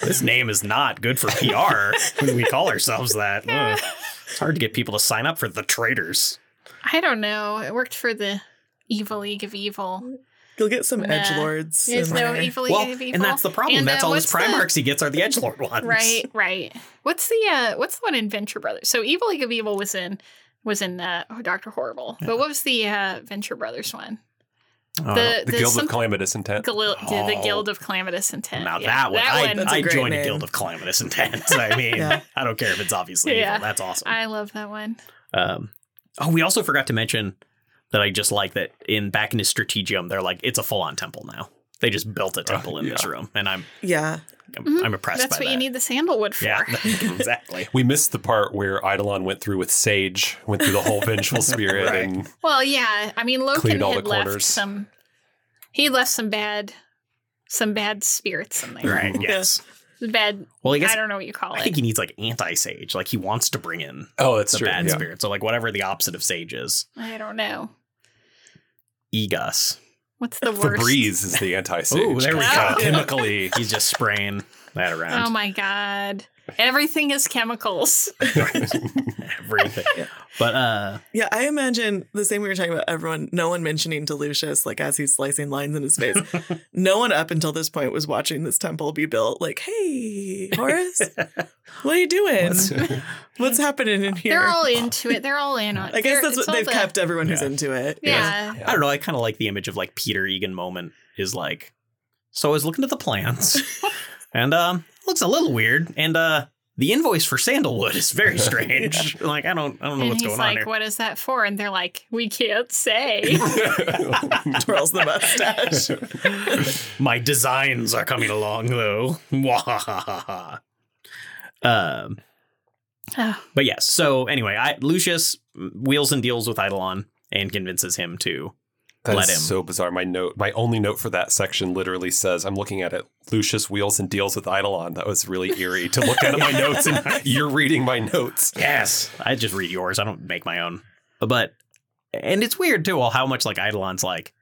A: This name is not good for PR when we call ourselves that. Ugh. It's hard to get people to sign up for the traitors.
D: I don't know. It worked for the Evil League of Evil.
E: You'll get some
D: Nah.
E: edge lords.
D: There's no Evil League
A: Well,
D: of Evil,
A: and that's the problem.
D: And,
A: that's
D: uh,
A: all his
D: what's the-
A: Primarchs he gets are the edgelord ones.
D: Right, right. What's the uh what's the one in Venture Brothers? So Evil League of Evil was in was in uh oh, Doctor Horrible. But what was the uh Venture Brothers one?
A: Oh,
D: the
C: the Guild of
D: some-
C: Calamitous Intent.
D: Glil- the, the
A: Oh.
D: Guild of Calamitous Intent.
A: now
D: Yeah,
A: that one, I,
E: That's a
A: I
E: great
A: joined a
E: name.
A: guild of calamitous intent. I mean,
E: Yeah.
A: I don't care if it's obviously
D: Yeah.
A: evil. That's awesome.
D: I love that one.
A: Um, oh, we also forgot to mention that I just like that in back in his strategium, they're like it's a full on temple now. They just built a temple in this
C: yeah.
A: room, and I'm
E: Yeah.
A: I'm,
D: Mhm.
A: I'm impressed.
D: That's
A: by
D: what
A: that.
D: you need the sandalwood for.
A: Yeah, exactly.
C: We missed the part where Eidolon went through with Sage, went through the whole vengeful spirit,
A: Right.
C: and
D: Well, yeah. I mean, Loken
C: Cleared all
D: had
C: the
D: left
C: corners.
D: some. He left some bad, some bad spirits in there.
A: Right. Yes.
D: Bad.
A: Well, I
D: I,
A: guess I,
D: don't know what you call it.
A: think he needs like anti sage. Like he wants to bring in
C: oh, that's
A: the
C: true.
A: bad
C: yeah.
A: spirit. So like whatever the opposite of sage is,
D: I don't know.
A: Egus.
D: What's the worst?
C: Febreze is the anti-sage.
A: Ooh, there we
D: go.
C: Chemically,
A: He's just spraying that
D: Oh
A: around.
D: my god. Everything is chemicals.
A: Everything.
E: Yeah.
A: But uh
E: Yeah, I imagine the same we were talking about everyone, no one mentioning to Lucius, like as he's slicing lines in his face. no one up until this point was watching this temple be built, like, hey, Horace, what are you doing? What's, happening in here?
D: They're all into it. They're all in on it.
E: I guess
D: They're-
E: that's
D: it's
E: what
D: all
E: they've
D: the-
E: kept everyone who's
A: Yeah.
E: into it.
D: Yeah.
A: I don't know, I kinda like the image of like Peter Egan moment is like so I was looking at the plans and um looks a little weird and uh the invoice for sandalwood is very strange. Like I don't I don't know
D: And
A: what's
D: he's
A: going on
D: like,
A: here.
D: what is that for? And they're like, we can't say.
E: Twirls the mustache.
A: My designs are coming along though. Mwahahaha. um,
D: Oh,
A: but yes. So anyway, I, Lucius mm, wheels and deals with Eidolon and convinces him to.
C: That
A: Let
C: is
A: him.
C: so bizarre. My note, my only note for that section literally says, "I'm looking at it. Lucius wheels and deals with Eidolon." That was really eerie to look at my notes, and you're reading my notes.
A: Yes, I just read yours. I don't make my own. But and it's weird too. Well, how much like Eidolon's like.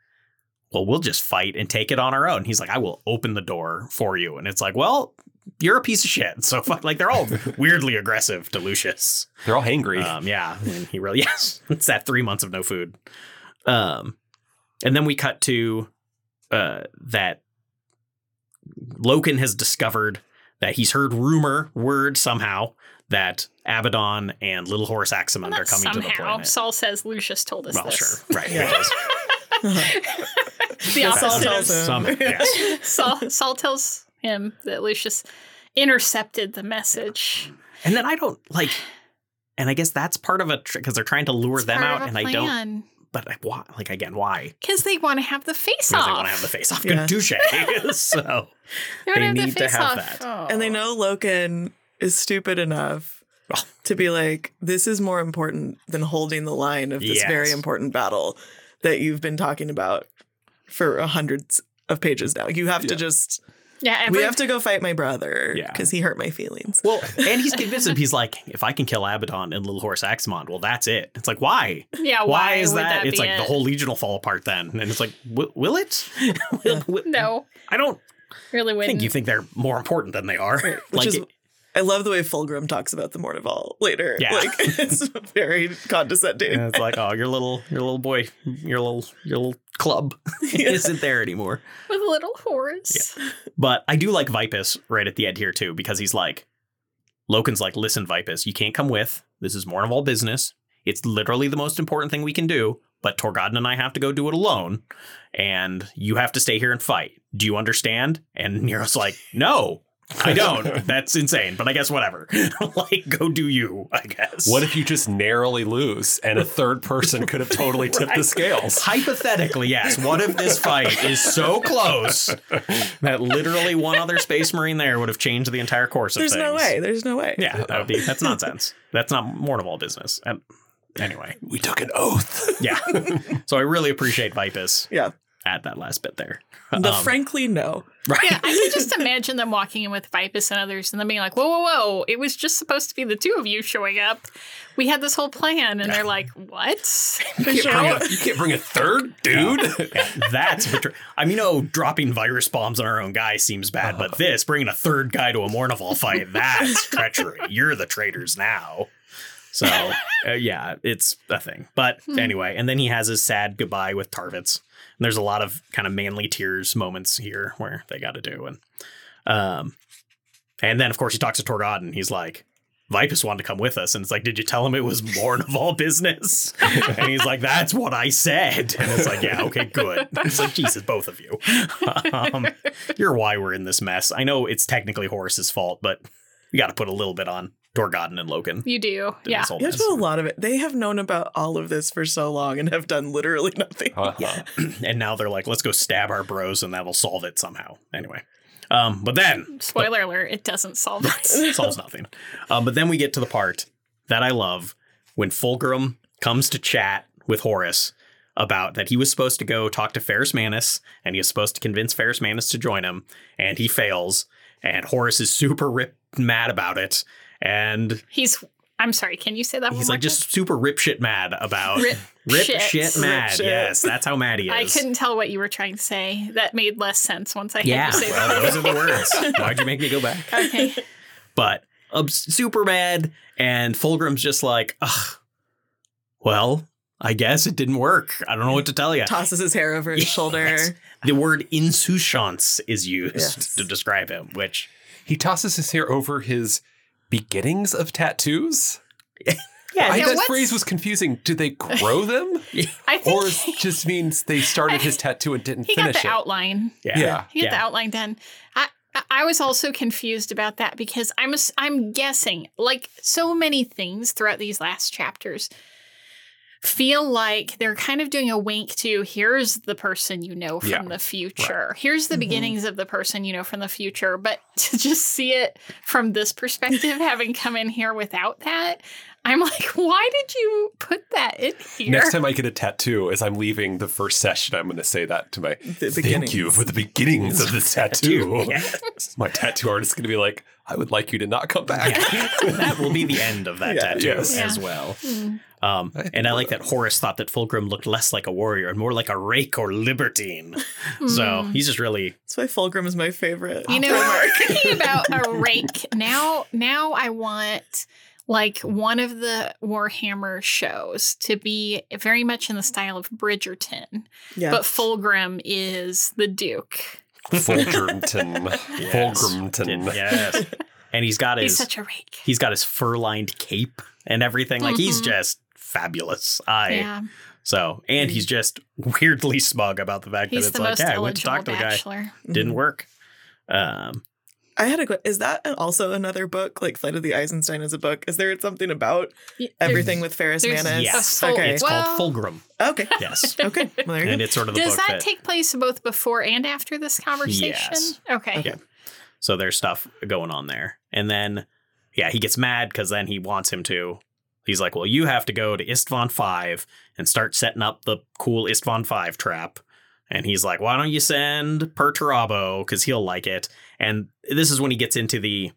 A: Well, we'll just fight and take it on our own. He's like, I will open the door for you, and it's like, well, you're a piece of shit. So fuck. Like they're all weirdly aggressive to Lucius.
C: They're all hangry.
A: Um, yeah, I mean, he really yes. It's that three months of no food. Um, and then we cut to uh, that Loken has discovered that he's heard rumor word somehow that Abaddon and Little Horse Axemund
D: not
A: are coming to the
D: somehow.
A: planet.
D: Saul says Lucius told us
A: well,
D: this.
A: sure, right?
E: Yeah.
A: because
D: The
E: Saul
D: opposite
E: tells
D: of
E: him.
A: some- yes.
D: Saul, Saul tells him that Lucius intercepted the message.
A: And then I don't like, and I guess that's part of a because they're trying to lure them out, and I don't. But I, why, like again, why?
D: Because they want to have the face
A: Because
D: off.
A: they want to have the face off.
E: Yeah.
A: Good touche. so
D: wanna
A: They
D: have the
A: need to have
D: face-off. Oh.
E: And they know Loken is stupid enough to be like, this is more important than holding the line of this
A: Yes.
E: very important battle that you've been talking about for hundreds of pages now. You have
C: Yeah.
E: to just,
D: Yeah, every,
E: we have to go fight my brother
A: Yeah.
E: because he hurt my feelings.
A: Well, and he's convinced him. He's like, if I can kill Abaddon and Little Horse Axemond, well, that's it. It's like, why?
D: yeah. Why,
A: Why, is
D: would
A: that?
D: that
A: it's
D: be
A: like the
D: it?
A: whole Legion will fall apart then. And it's like, will, will it? Will- will-
D: No,
A: I don't
D: really wouldn't.
A: think you think they're more important than they are.
E: Right, which
A: like,
E: is- I love the way Fulgrim talks about the Mortival later.
A: Yeah.
E: Like, it's very condescending.
A: and it's like, oh, your little, your little boy, your little, your little club isn't there anymore.
D: with little horse.
A: But I do like Vipus right at the end here too, because he's like, Loken's like, listen, Vipus, you can't come with. This is more of all business. It's literally the most important thing we can do, but Torgadon and I have to go do it alone, and you have to stay here and fight. Do you understand? And Nero's like, no. I don't. That's insane. But I guess whatever. like, go do you. I guess.
C: What if you just narrowly lose and a third person could have totally tipped the
A: Right.
C: scales?
A: Hypothetically, yes. What if this fight is so close that literally one other Space Marine there would have changed the entire course of
E: There's
A: things?
E: no way. There's no way.
A: Yeah, that would be that's nonsense. That's not Mornival business. Um, anyway,
C: We took an oath.
A: yeah. So I really appreciate Vipus
E: Yeah.
A: at that last bit there.
E: The
A: Um,
E: frankly no.
D: Yeah, I can just imagine them walking in with Vipus and others and them being like, whoa, whoa, whoa, it was just supposed to be the two of you showing up. We had this whole plan. And they're like, what?
C: You can't, bring a, you can't bring a third dude.
A: Yeah, that's betray- I mean, oh, dropping virus bombs on our own guy seems bad, but this bringing a third guy to a Mournival fight that's treachery. You're the traitors now. So uh, yeah, it's a thing. But anyway, and then he has his sad goodbye with Tarvitz. And there's a lot of kind of manly tears moments here where they got to do and um, and then of course he talks to Torgod and he's like. Vipus wanted to come with us, and it's like, did you tell him it was born of all business? and he's like, that's what I said. And it's like, yeah, okay, good. It's like, Jesus, both of you. Um, you're why we're in this mess. I know it's technically Horace's fault, but we got to put a little bit on Dorgadon and Logan.
D: You do.
A: in
D: Yeah.
A: this whole
E: You have to
A: mess.
E: do a lot of it. They have known about all of this for so long and have done literally nothing.
A: Oh,
C: Yeah.
A: And now they're like, let's go stab our bros, and that will solve it somehow. Anyway, um, but then
D: Spoiler alert, it doesn't solve it.
A: solves nothing. Uh, but then we get to the part that I love when Fulgrim comes to chat with Horace about that he was supposed to go talk to Ferris Manus and he was supposed to convince Ferris Manus to join him, and he fails. And Horace is super rip mad about it. And
D: He's, I'm sorry, can you say that
A: he's
D: one
A: like just super rip shit mad about
D: Rip
A: rip
D: shit.
A: shit
D: Rip
A: mad.
E: shit.
A: Yes, that's how mad he is.
D: I couldn't tell what you were trying to say. That made less sense once I heard
A: Yeah,
D: you say
A: well, those are the words. Why'd you make me go back?
D: that. Okay.
A: but um, super mad. And Fulgrim's just like, Ugh, well, I guess it didn't work. I don't know what to tell you.
E: Tosses his hair over his
A: Yes.
E: shoulder.
A: The word insouciance is used
E: Yes.
A: to describe him, which
C: He tosses his hair over his beginnings of tattoos.
A: yeah,
C: I,
D: now
C: that
D: what's-
C: phrase was confusing. Did they grow them?
D: I think
C: or it just means they started his tattoo and didn't
D: he got
C: finish
D: the
C: it?
D: outline.
A: yeah,
C: Yeah.
D: He got the outline done. I I- I was also confused about that because I'm ass- I'm guessing like so many things throughout these last chapters feel like they're kind of doing a wink to here's the person you know from
C: Yeah.
D: the future. Here's the
E: Mhm.
D: beginnings of the person you know from the future, but to just see it from this perspective having come in here without that, I'm like why did you put that in here?
C: Next time I get a tattoo, as I'm leaving the first session, I'm going to say that to my.
E: The
C: Thank you for the beginnings of this tattoo.
A: Yes.
C: My tattoo artist is going to be like, I would like you to not come back.
A: that will be the end of that
E: Yeah.
A: tattoo
C: Yes.
A: as
D: Yeah.
A: well.
D: Mm.
A: Um, and I like that Horace thought that Fulgrim looked less like a warrior and more like a rake or libertine. So
D: Mm.
A: he's just really
E: That's why Fulgrim is my favorite.
D: You know, thinking about a rake now. Now I want like one of the Warhammer shows to be very much in the style of Bridgerton,
E: yeah.
D: but Fulgrim is the Duke.
C: Fulgrimton. Fulgrimton.
A: yes. And he's got
D: He's
A: his
D: such a rake.
A: he's got his fur-lined cape and everything. Like he's
D: Mhm.
A: just fabulous. I
D: yeah,
A: so and he's just weirdly smug about the fact
D: he's
A: that it's
D: the
A: like,
D: most
A: yeah, I went to
D: eligible
A: talk to the guy,
D: bachelor. Mm-hmm.
A: didn't work. Um,
E: Mm-hmm. I had a. que- Is that also another book? Like Flight of the Eisenstein is a book. Is there something about
D: Y- there's-
E: everything with Ferris
D: there's-
E: Manus?
A: Yes.
D: Oh,
E: Okay.
A: it's
D: Well-
A: called Fulgrim.
E: okay.
A: Yes,
E: Okay. Well, there you
A: and
E: go.
A: it's sort of the
D: Does
A: book
D: that take place both before and after this conversation?
A: Yes.
D: Okay.
A: Yeah. So there's stuff going on there. And then, yeah, he gets mad because then he wants him to. He's like, well, you have to go to Istvan 5 and start setting up the cool Istvan 5 trap. And he's like, why don't you send Perturabo? Because he'll like it. And this is when he gets into the.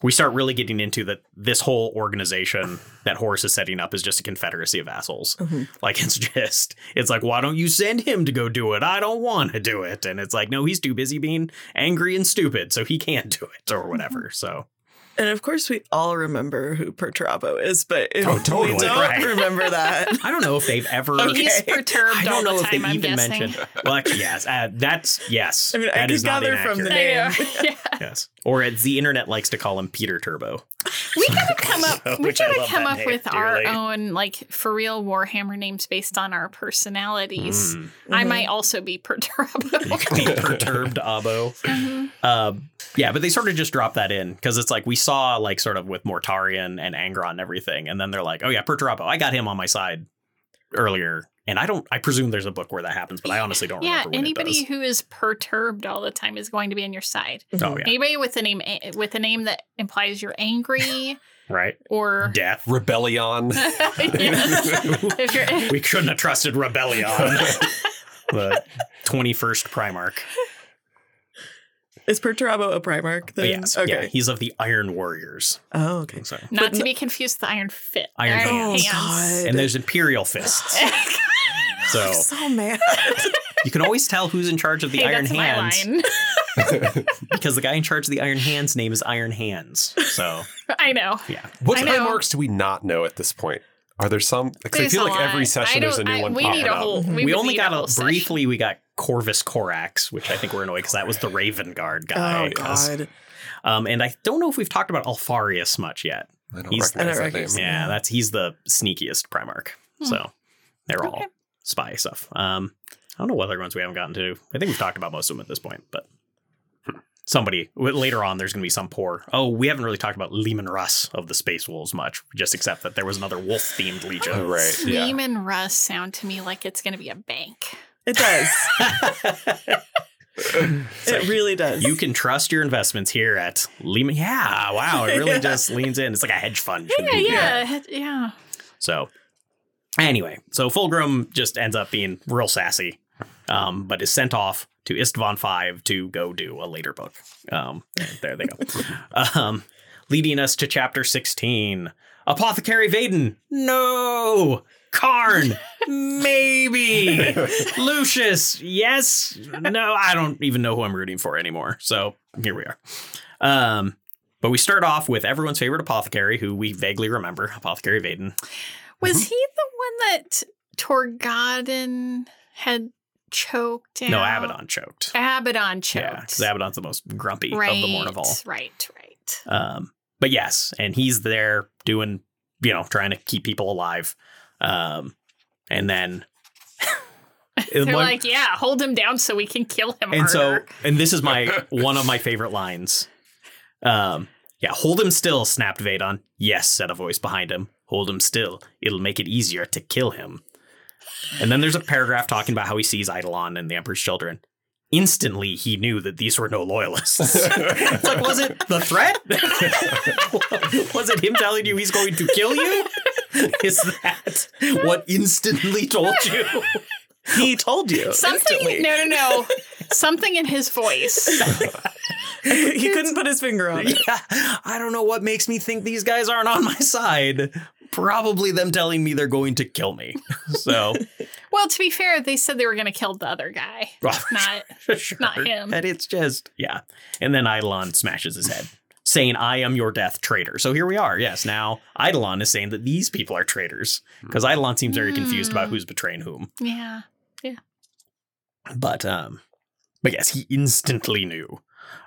A: We start really getting into that this whole organization that Horus is setting up is just a confederacy of assholes.
E: Mhm.
A: Like it's just it's like why don't you send him to go do it? I don't want to do it. And it's like no, he's too busy being angry and stupid, so he can't do it or whatever. So
E: And of course, we all remember who Perturabo is, but if
C: Oh, totally.
E: we don't
A: Right. Oh,
E: remember that,
A: I don't know if they've ever.
E: Okay.
D: He's
A: I
D: perturbed all
A: don't know
D: the
A: if they
D: time, I'm
A: even
D: guessing.
A: mentioned. Well, actually, yes. Uh, that's yes.
E: I mean, I
A: That
E: could
A: is not
E: gather from
D: I
A: inaccurate.
D: know.
E: the-
D: yeah.
A: Yes, or as the internet likes to call him Peter Turbo.
D: We gotta come up. We
A: Which I
D: gotta
A: love
D: come
A: that
D: up
A: name
D: with
A: dearly.
D: our own like for real Warhammer names based on our personalities.
A: Mm.
D: I
E: Mhm.
D: might also be
A: You
D: perturbed.
A: could be perturbed Abo.
D: Mhm.
A: Um, yeah, but they sort of just dropped that in because it's like we saw like sort of with Mortarian and Angron and everything, and then they're like, oh yeah, Perturabo, I got him on my side earlier, and I don't. I presume there's a book where that happens, but I honestly don't
D: yeah,
A: remember. when it
D: anybody
A: does.
D: who is perturbed all the time is going to be on your side.
A: Oh
E: Mm-hmm.
A: yeah,
D: Anybody with a name eh, with a name that implies you're angry
A: right.
D: or
A: Death.
C: Rebellion.
D: if you're
A: we couldn't have trusted Rebellion. the 21st Primarch.
E: Is Perturabo a Primarch?
A: But
E: Then?
A: yes, yeah,
E: Okay.
A: he's of the Iron Warriors.
E: Oh, okay.
A: So.
D: not to
E: no-
D: be confused with the Iron Fit.
A: Iron Hands.
E: God.
A: And there's Imperial Fists. So
E: I'm so mad.
A: you can always tell who's in charge of the
D: hey,
A: Iron
D: that's
A: Hands
D: my line.
A: because the guy in charge of the Iron Hands name is Iron Hands. So
D: I know.
A: yeah,
C: What
D: I know.
C: Primarchs do we not know at this point? Are there some? Because I
D: There's
C: feel
D: a
C: like every
D: lot. I
C: session there's a
D: don't-
C: new
D: I-
C: one
D: We
C: popping
D: need a
C: up.
D: whole.
E: Mhm.
D: We,
A: we,
D: would
A: only
D: need
A: got
D: a,
A: a,
D: whole session.
A: briefly. We got Corvus Corax, which I think we're annoyed because that was the Raven Guard guy.
E: Oh,
A: I guess.
E: God.
A: Um, and I don't know if we've talked about Alfarius much yet.
C: I don't
A: He's-
C: recognize
E: I
C: that
E: don't
C: name.
E: recognize
A: Yeah, that's he's the sneakiest Primarch.
D: Hmm.
A: So they're all
D: Okay.
A: spy stuff. Um, I don't know what other ones we haven't gotten to. I think we've talked about most of them at this point, but somebody w- later on there's going to be some poor. Oh, we haven't really talked about Lehman Russ of the Space Wolves much, just except that there was another wolf themed
C: Oh,
A: legion.
C: right. Yeah.
D: Sleem and Russ sound to me like it's going to be a bank.
E: It does.
A: like-
E: it really does.
A: You can trust your investments here at Lehman. Yeah, wow, it really
E: Yeah.
A: just leans in. It's like a hedge fund. should
D: Yeah,
A: be here.
D: yeah, yeah.
A: So anyway, so Fulgrim just ends up being real sassy, um, but is sent off to Istvan Five to go do a later book. Um, there they go, um, leading us to chapter sixteen. Apothecary Vaden, no. Karn, maybe. Lucius, yes. No, I don't even know who I'm rooting for anymore. So here we are. Um, but we start off with everyone's favorite apothecary, who we vaguely remember, Apothecary Vaden. Mm-hmm.
D: Was he the one that Torgadon had choked?
A: No,
D: out?
A: Abaddon choked.
D: Abaddon
A: Yeah,
D: choked.
A: because Abaddon's the most grumpy
D: right,
A: of the Mournival.
D: right, right.
A: Um, but yes, and he's there doing, you know, trying to keep people alive. Um, and then
D: They're
A: One-
D: like, yeah, hold him down so we can kill him.
A: and so
D: harder.
A: and this is my one of my favorite lines. Um, yeah, hold him still, snapped Vadon. Yes, said a voice behind him. Hold him still. It'll make it easier to kill him. And then there's a paragraph talking about how he sees Eidolon and the Emperor's children. Instantly, he knew that these were no loyalists. It's like, was it the threat? was it him telling you he's going to kill you? Is that what instantly told you?
E: he told you.
D: something.
E: instantly.
D: No, no, no. something in his voice.
E: he couldn't put his finger on it.
A: yeah, I don't know what makes me think these guys aren't on my side. Probably them telling me they're going to kill me. So,
D: Well, to be fair, they said they were going to kill the other guy, not
A: sure.
D: not him.
A: And it's just, yeah. And then Eidolon smashes his head, saying, I am your death, traitor. So here we are. Yes, now Eidolon is saying that these people are traitors because Eidolon seems very confused about
D: Hmm.
A: who's betraying whom.
D: yeah.
A: But, um, but yes, he instantly knew.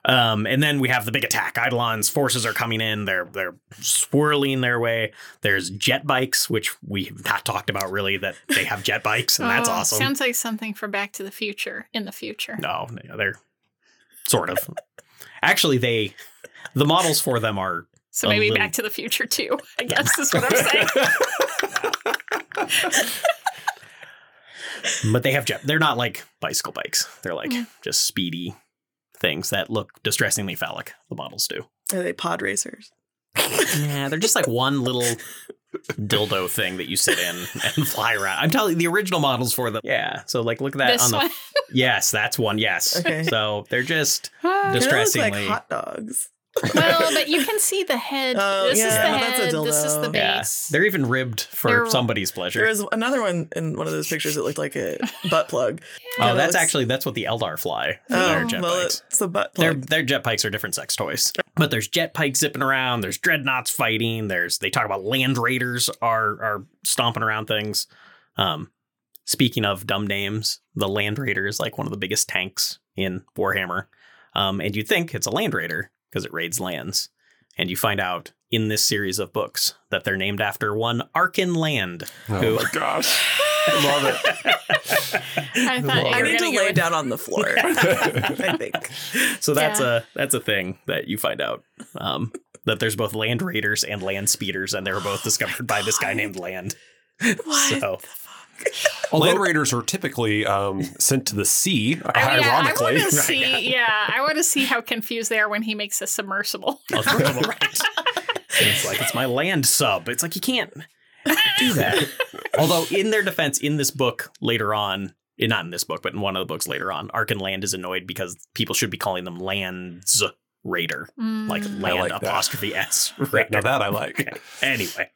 A: Um, and then we have the big attack. Eidolon's forces are coming in. They're they're swirling their way. There's jet bikes, which we have not talked about really. That they have jet bikes, and that's
D: Oh,
A: awesome.
D: Sounds like something for Back to the Future in the future.
A: No, no, they're sort of. Actually, they the models for them are
D: So
A: a
D: maybe
A: little-
D: Back to the Future too. I guess is what I'm saying.
A: but they have jet. They're not like bicycle bikes. They're like
D: Mm.
A: just speedy things that look distressingly phallic. The models do.
E: Are they pod racers?
A: Yeah, they're just like one little dildo thing that you sit in and fly around. I'm telling you, the original models for them. Yeah. So like look at that
D: this
A: on the
D: one.
A: Yes, that's one. Yes.
E: Okay.
A: So they're just
D: Ah.
E: They look like
A: Distressingly.
E: hot dogs.
D: Well, but you can see the head.
E: Oh,
D: this is the
E: yeah, that's a
D: head. This is the
E: dildo.
A: Yeah,
D: base.
A: they're even ribbed for
D: They're-
A: somebody's
E: There
A: pleasure.
E: was another one in one of those pictures that looked like a butt plug.
A: Oh,
E: that
A: that's
E: looks-
A: actually that's what the Eldar fly for their
E: Oh,
A: jet
E: well,
A: bikes.
E: it's a butt
A: Their
E: plug.
A: their jet pikes are different sex toys. But there's jet pikes zipping around, there's dreadnoughts fighting, there's they talk about land raiders are are stomping around things. Um speaking of dumb names, the land raider is like one of the biggest tanks in Warhammer. Um and you think it's a land raider because it raids lands. And you find out in this series of books that they're named after one Arkin Land.
C: Oh
A: Who-
C: my gosh. I love it.
D: I thought you
E: I
D: were
E: need to
D: gonna go
E: lay
D: with-
E: down on the floor. I think.
A: So that's a that's a thing that you find out um, that there's both land raiders and land speeders, and they were both discovered by this guy named Land.
E: What?
A: So
C: Land raiders are typically um, sent to the sea,
D: Oh, I mean, I,
C: ironically.
D: want to see. Yeah, I want to see how confused they are when he makes a submersible.
A: I'll throw them around. And it's like it's my land sub. It's like you can't do that. Although in their defense, in this book later on. eh, Not in this book, but in one of the books later on, Arkan Land is annoyed because people should be calling them Lands Raider, like
D: Mm.
A: land
C: like that.
A: apostrophe s.
C: Yeah,
A: Raider.
C: now that I like.
A: Okay. Anyway,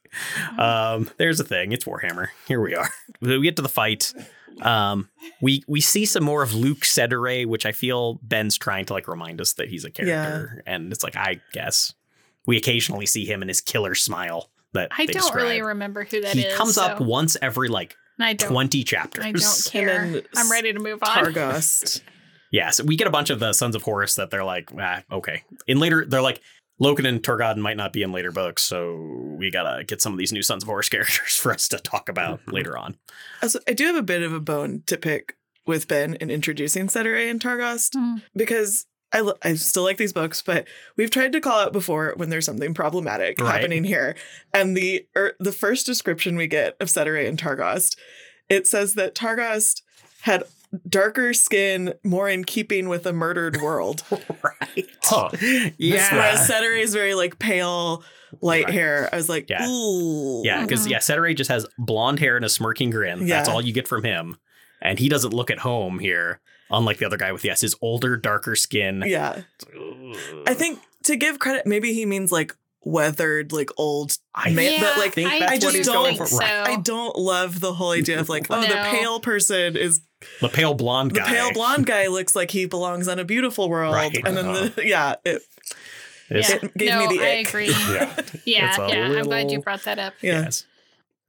A: um, there's a thing. It's Warhammer. Here we are. We get to the fight. Um, we we see some more of Luke Cedere, which I feel Ben's trying to like remind us that he's a character, and it's like I guess we occasionally see him and his killer smile. That
D: I
A: they
D: don't really
A: describe.
D: remember who that is.
A: He comes up
D: so-
A: once every like
D: and I don't.
A: twenty chapters.
D: I don't
E: And
D: care.
E: then
D: I'm ready to move on.
E: Targost.
A: Yeah, so we get a bunch of the Sons of Horus that they're like, ah, okay. In later, they're like, Loken and Torgodon might not be in later books, so we gotta get some of these new Sons of Horus characters for us to talk about later on.
E: Also, I do have a bit of a bone to pick with Ben in introducing Cetera and Targost
A: Mm-hmm.
D: Mm.
E: because I, lo- I still like these books, but we've tried to call out before when there's something problematic
A: Right.
E: happening here. And the er, the first description we get of Cetera and Targost, it says that Targost had darker skin, more in keeping with a murdered world.
A: Right.
C: Huh.
E: Whereas Cetera is very like pale, light
A: Right.
E: hair. I was like,
A: Yeah.
E: ooh.
A: Yeah, because,
D: Mhm.
A: yeah, Cetera just has blonde hair and a smirking grin. That's
E: Yeah.
A: all you get from him. And he doesn't look at home here, unlike the other guy with, yes, his older, darker skin.
E: Yeah. I think to give credit, maybe he means like weathered, like old.
A: I
E: man,
D: yeah,
E: but like,
A: think
D: I
A: that's
E: what
D: do
E: he's going
D: think
A: for. Right.
E: I
D: so.
E: don't love the whole idea of like, oh, the
D: No.
E: pale person is
A: the pale blonde
E: the
A: guy.
E: pale blonde guy looks like he belongs on a beautiful world,
A: Right.
E: and then the, yeah, it,
A: is-
D: Yeah.
E: it gave
D: no,
E: me the
D: I
E: ick.
D: agree.
C: Yeah.
A: It's
D: Yeah,
A: a
D: yeah. I'm glad you
A: little-
D: brought that up.
E: yeah.
A: Yes.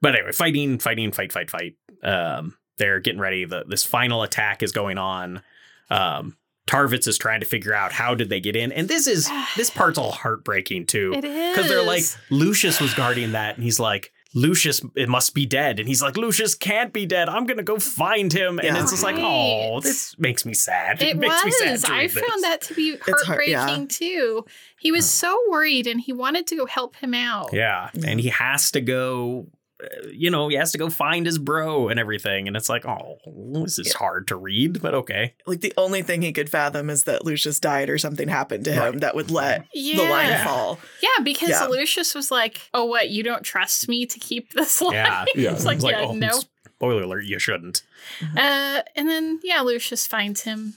A: But anyway, fighting, fighting, fight, fight, fight. Um, they're getting ready. The, this final attack is going on. Um, Tarvitz is trying to figure out how did they get in, and this is this part's all heartbreaking too,
D: It is
A: because they're like Lucius was guarding that, and he's like Lucius, it must be dead, and he's like Lucius can't be dead. I'm gonna go find him, and
E: Yeah.
A: it's just like,
D: Right.
A: oh, this makes me sad.
D: It
A: makes me sad.
D: was.
A: to
D: I
A: read this. Mm.
D: found that to be
E: hard-
D: heartbreaking
E: yeah.
D: too. He was so worried and he wanted to go help him out.
A: Yeah.
E: Yeah.
A: And he has to go, uh, you know, he has to go find his bro and everything. And it's like, oh, this is hard to read, but okay.
E: Like the only thing he could fathom is that Lucius died or something happened to him
A: Right.
E: that would let
D: Yeah.
E: the line fall.
D: Yeah, because
E: Yeah.
D: Lucius was like, "Oh, what? You don't trust me to keep this line?"
A: Yeah. oh,
C: Yeah.
D: It's like,
A: It's
D: yeah, no.
A: Spoiler alert, you shouldn't.
D: Uh, and then yeah, Lucius finds him,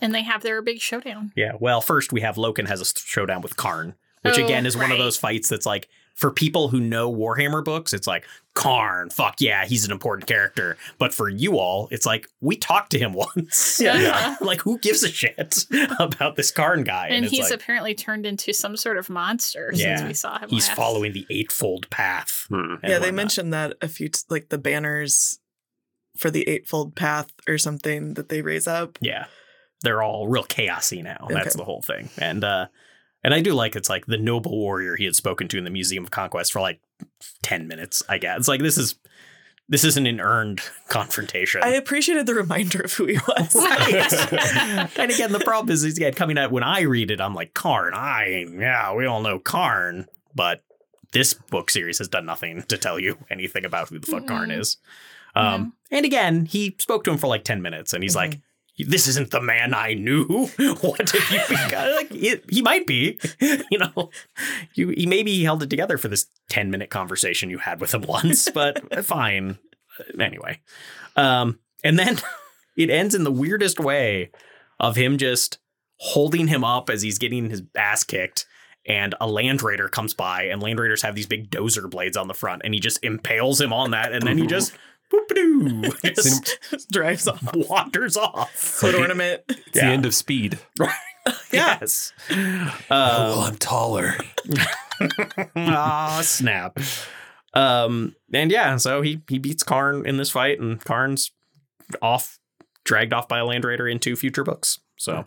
D: and they have their big showdown.
A: Yeah. Well, first we have Loken has a showdown with Karn, which
D: Oh,
A: again is one of
D: right.
A: those fights that's like, for people who know Warhammer books, it's like, Karn, fuck yeah, he's an important character. But for you all, it's like, we talked to him once.
E: Yeah.
D: Uh-huh.
A: like, who gives a shit about this Karn guy?
D: And,
A: it's
D: he's
A: like,
D: apparently turned into some sort of monster
A: Yeah.
D: since we saw him.
A: he's
D: last.
A: following the eightfold path.
C: Hmm.
A: and
E: yeah, they
A: whatnot.
E: mentioned that a few, t- like the banners for the eightfold path or something that they raise up.
A: yeah they're all real chaosy now that's
E: Okay.
A: the whole thing and uh and i do like it's like the noble warrior he had spoken to in the museum of conquest for like 10 minutes i guess it's like this is this isn't an earned confrontation
E: I appreciated the reminder of who he was.
A: Right. and again, the problem is, is again, coming out when I read it, I'm like, Karn, I, yeah, we all know Karn, but this book series has done nothing to tell you anything about who the fuck Karn
D: Mhm.
A: is. Um, And again, he spoke to him for like 10 minutes and he's like, this isn't the man I knew. What have you become? Like, he, he might be, you know, you, he maybe he held it together for this 10 minute conversation you had with him once, but fine. Anyway. Um, and then it ends in the weirdest way of him just holding him up as he's getting his ass kicked and a land raider comes by, and land raiders have these big dozer blades on the front, and he just impales him on that, and then he just boop-a-doo, just
E: drives off.
A: wanders off.
E: Foot ornament.
C: It's the
A: Yeah.
C: end of speed. Um,
E: Yeah.
A: Yes. Uh,
C: Oh, I'm taller.
A: ah, snap. Um, and yeah, so he he beats Karn in this fight, and Karn's off, dragged off by a land raider into future books. So,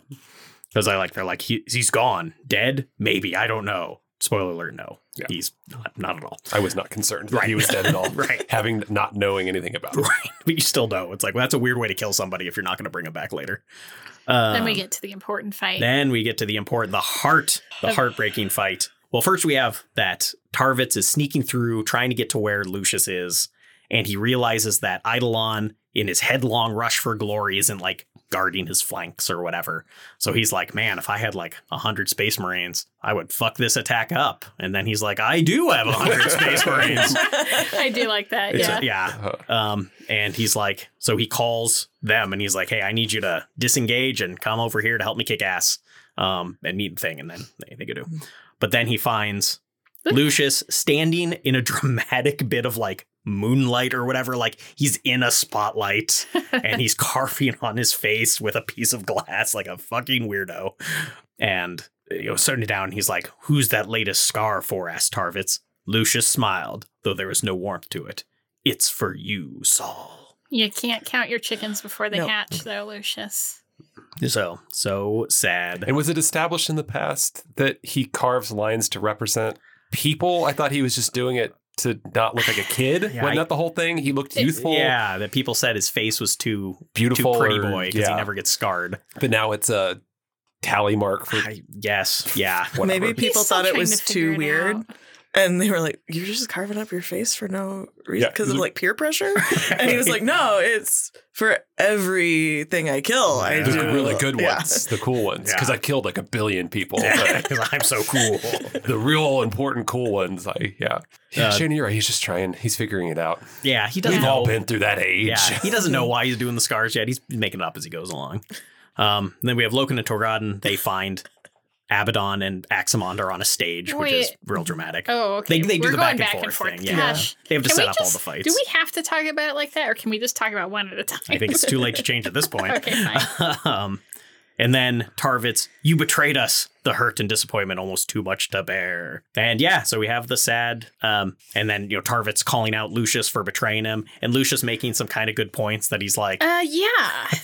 A: because I like, they're like, he, he's gone, dead, maybe I don't know. Spoiler alert, no,
C: Yeah.
A: he's not, not at all.
C: I was not concerned that
A: Right.
C: he was dead at all.
A: Right.
C: Having not knowing anything about it.
A: Right, but you still know. It's like, well, that's a weird way to kill somebody if you're not going to bring him back later. Um,
D: then we get to the important fight.
A: Then we get to the important, the heart, the
D: Okay.
A: heartbreaking fight. Well, first we have that Tarvitz is sneaking through, trying to get to where Lucius is, and he realizes that Eidolon, in his headlong rush for glory, isn't like guarding his flanks or whatever. So he's like, "Man, if I had like a hundred Space Marines, I would fuck this attack up." And then he's like, "I do have a hundred Space Marines."
D: I do like that.
C: It's
D: yeah.
C: a-
A: Yeah,
C: Uh,
A: um, and he's like, so he calls them and he's like, hey, I need you to disengage and come over here to help me kick ass um, and meet the thing. And then they, they go do. But then he finds Lucius standing in a dramatic bit of like moonlight or whatever. Like he's in a spotlight and he's carving on his face with a piece of glass like a fucking weirdo. And you know, starting down, he's like, Who's that latest scar for? asked Tarvitz. Lucius smiled, though there was no warmth to it. It's for you, Saul.
D: You can't count your chickens before they
E: No.
D: hatch, though, Lucius.
A: So, so sad.
C: and was it established in the past that he carves lines to represent people? I thought he was just doing it to not look like a kid.
A: Yeah,
C: Wasn't
A: I-
C: that the whole thing? He looked youthful,
A: Yeah, that people said his face was too
C: beautiful,
A: too pretty
C: or-
A: boy because
C: yeah.
A: he never gets scarred.
C: But now it's a tally mark for
A: I guess, yeah.
C: whatever.
E: Maybe people
D: He's still
E: thought it
D: trying
E: was
D: to figure
E: too
D: it
E: weird.
D: out.
E: And they were like, You're just carving up your face for no reason
C: Yeah.
E: because of like peer pressure. and he was like, No, it's for everything I kill. I
C: the
E: do
C: really good ones,
E: Yeah.
C: the cool ones, because
A: Yeah.
C: I killed like a billion people. but
A: Because I'm so cool.
C: the real important cool ones, I yeah. Yeah,
A: Uh,
C: Shane, you're right. He's just trying. He's figuring it out.
A: Yeah, he doesn't
C: We've all
A: know.
C: been through that age.
A: Yeah, he doesn't know why he's doing the scars yet. He's making it up as he goes along. Um, then we have Loken and Torgadon. They find Abaddon and Axamond are on a stage, which is
D: Wait.
A: real dramatic.
D: Oh, okay.
A: They- they do
D: We're
A: the
D: going
A: back and
D: back and,
A: forth
D: forth.
A: thing, yeah.
D: Gosh.
A: They have to
D: Can we
A: set up all
D: just-
A: the fights.
D: Do we have to talk about it like that, or can we just talk about one at a time?
A: I think it's too late to change at this point.
D: Okay,
A: um, and then Tarvitz, you betrayed us. The hurt and disappointment almost too much to bear. And yeah, so we have the sad, um, and then you know Tarvitz calling out Lucius for betraying him, and Lucius making some kind of good points that he's like,
D: Uh, yeah,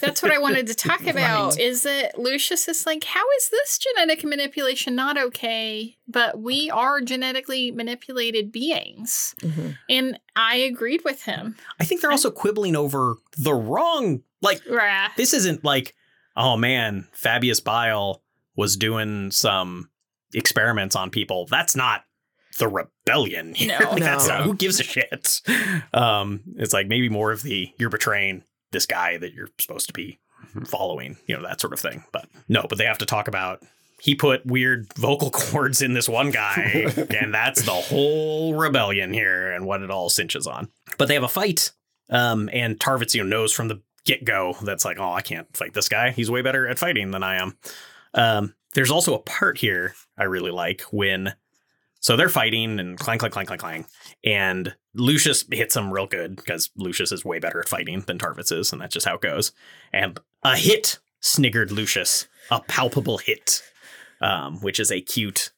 D: that's what I wanted to talk about. Is that Lucius is like, how is this genetic manipulation not okay? But we are genetically manipulated beings,
E: Mhm.
D: and I agreed with him.
A: I think they're also quibbling over the wrong, like
D: Rah.
A: this isn't like, oh man, Fabius Bile was doing some experiments on people. That's not the rebellion. here.
D: No.
A: Like, that's
E: No.
A: not, who gives a shit. Um, it's like maybe more of the you're betraying this guy that you're supposed to be following, you know, that sort of thing. But no, but they have to talk about he put weird vocal cords in this one guy, and that's the whole rebellion here and what it all cinches on. But they have a fight, um, and Tarvitz, you know, knows from the get go that's like, oh, I can't fight this guy. He's way better at fighting than I am. Um, there's also a part here I really like when. So they're fighting and clang, clang, clang, clang, clang. And Lucius hits him real good because Lucius is way better at fighting than Tarvitz is. And that's just how it goes. And a hit, sniggered Lucius. A palpable hit, um, which is a cute.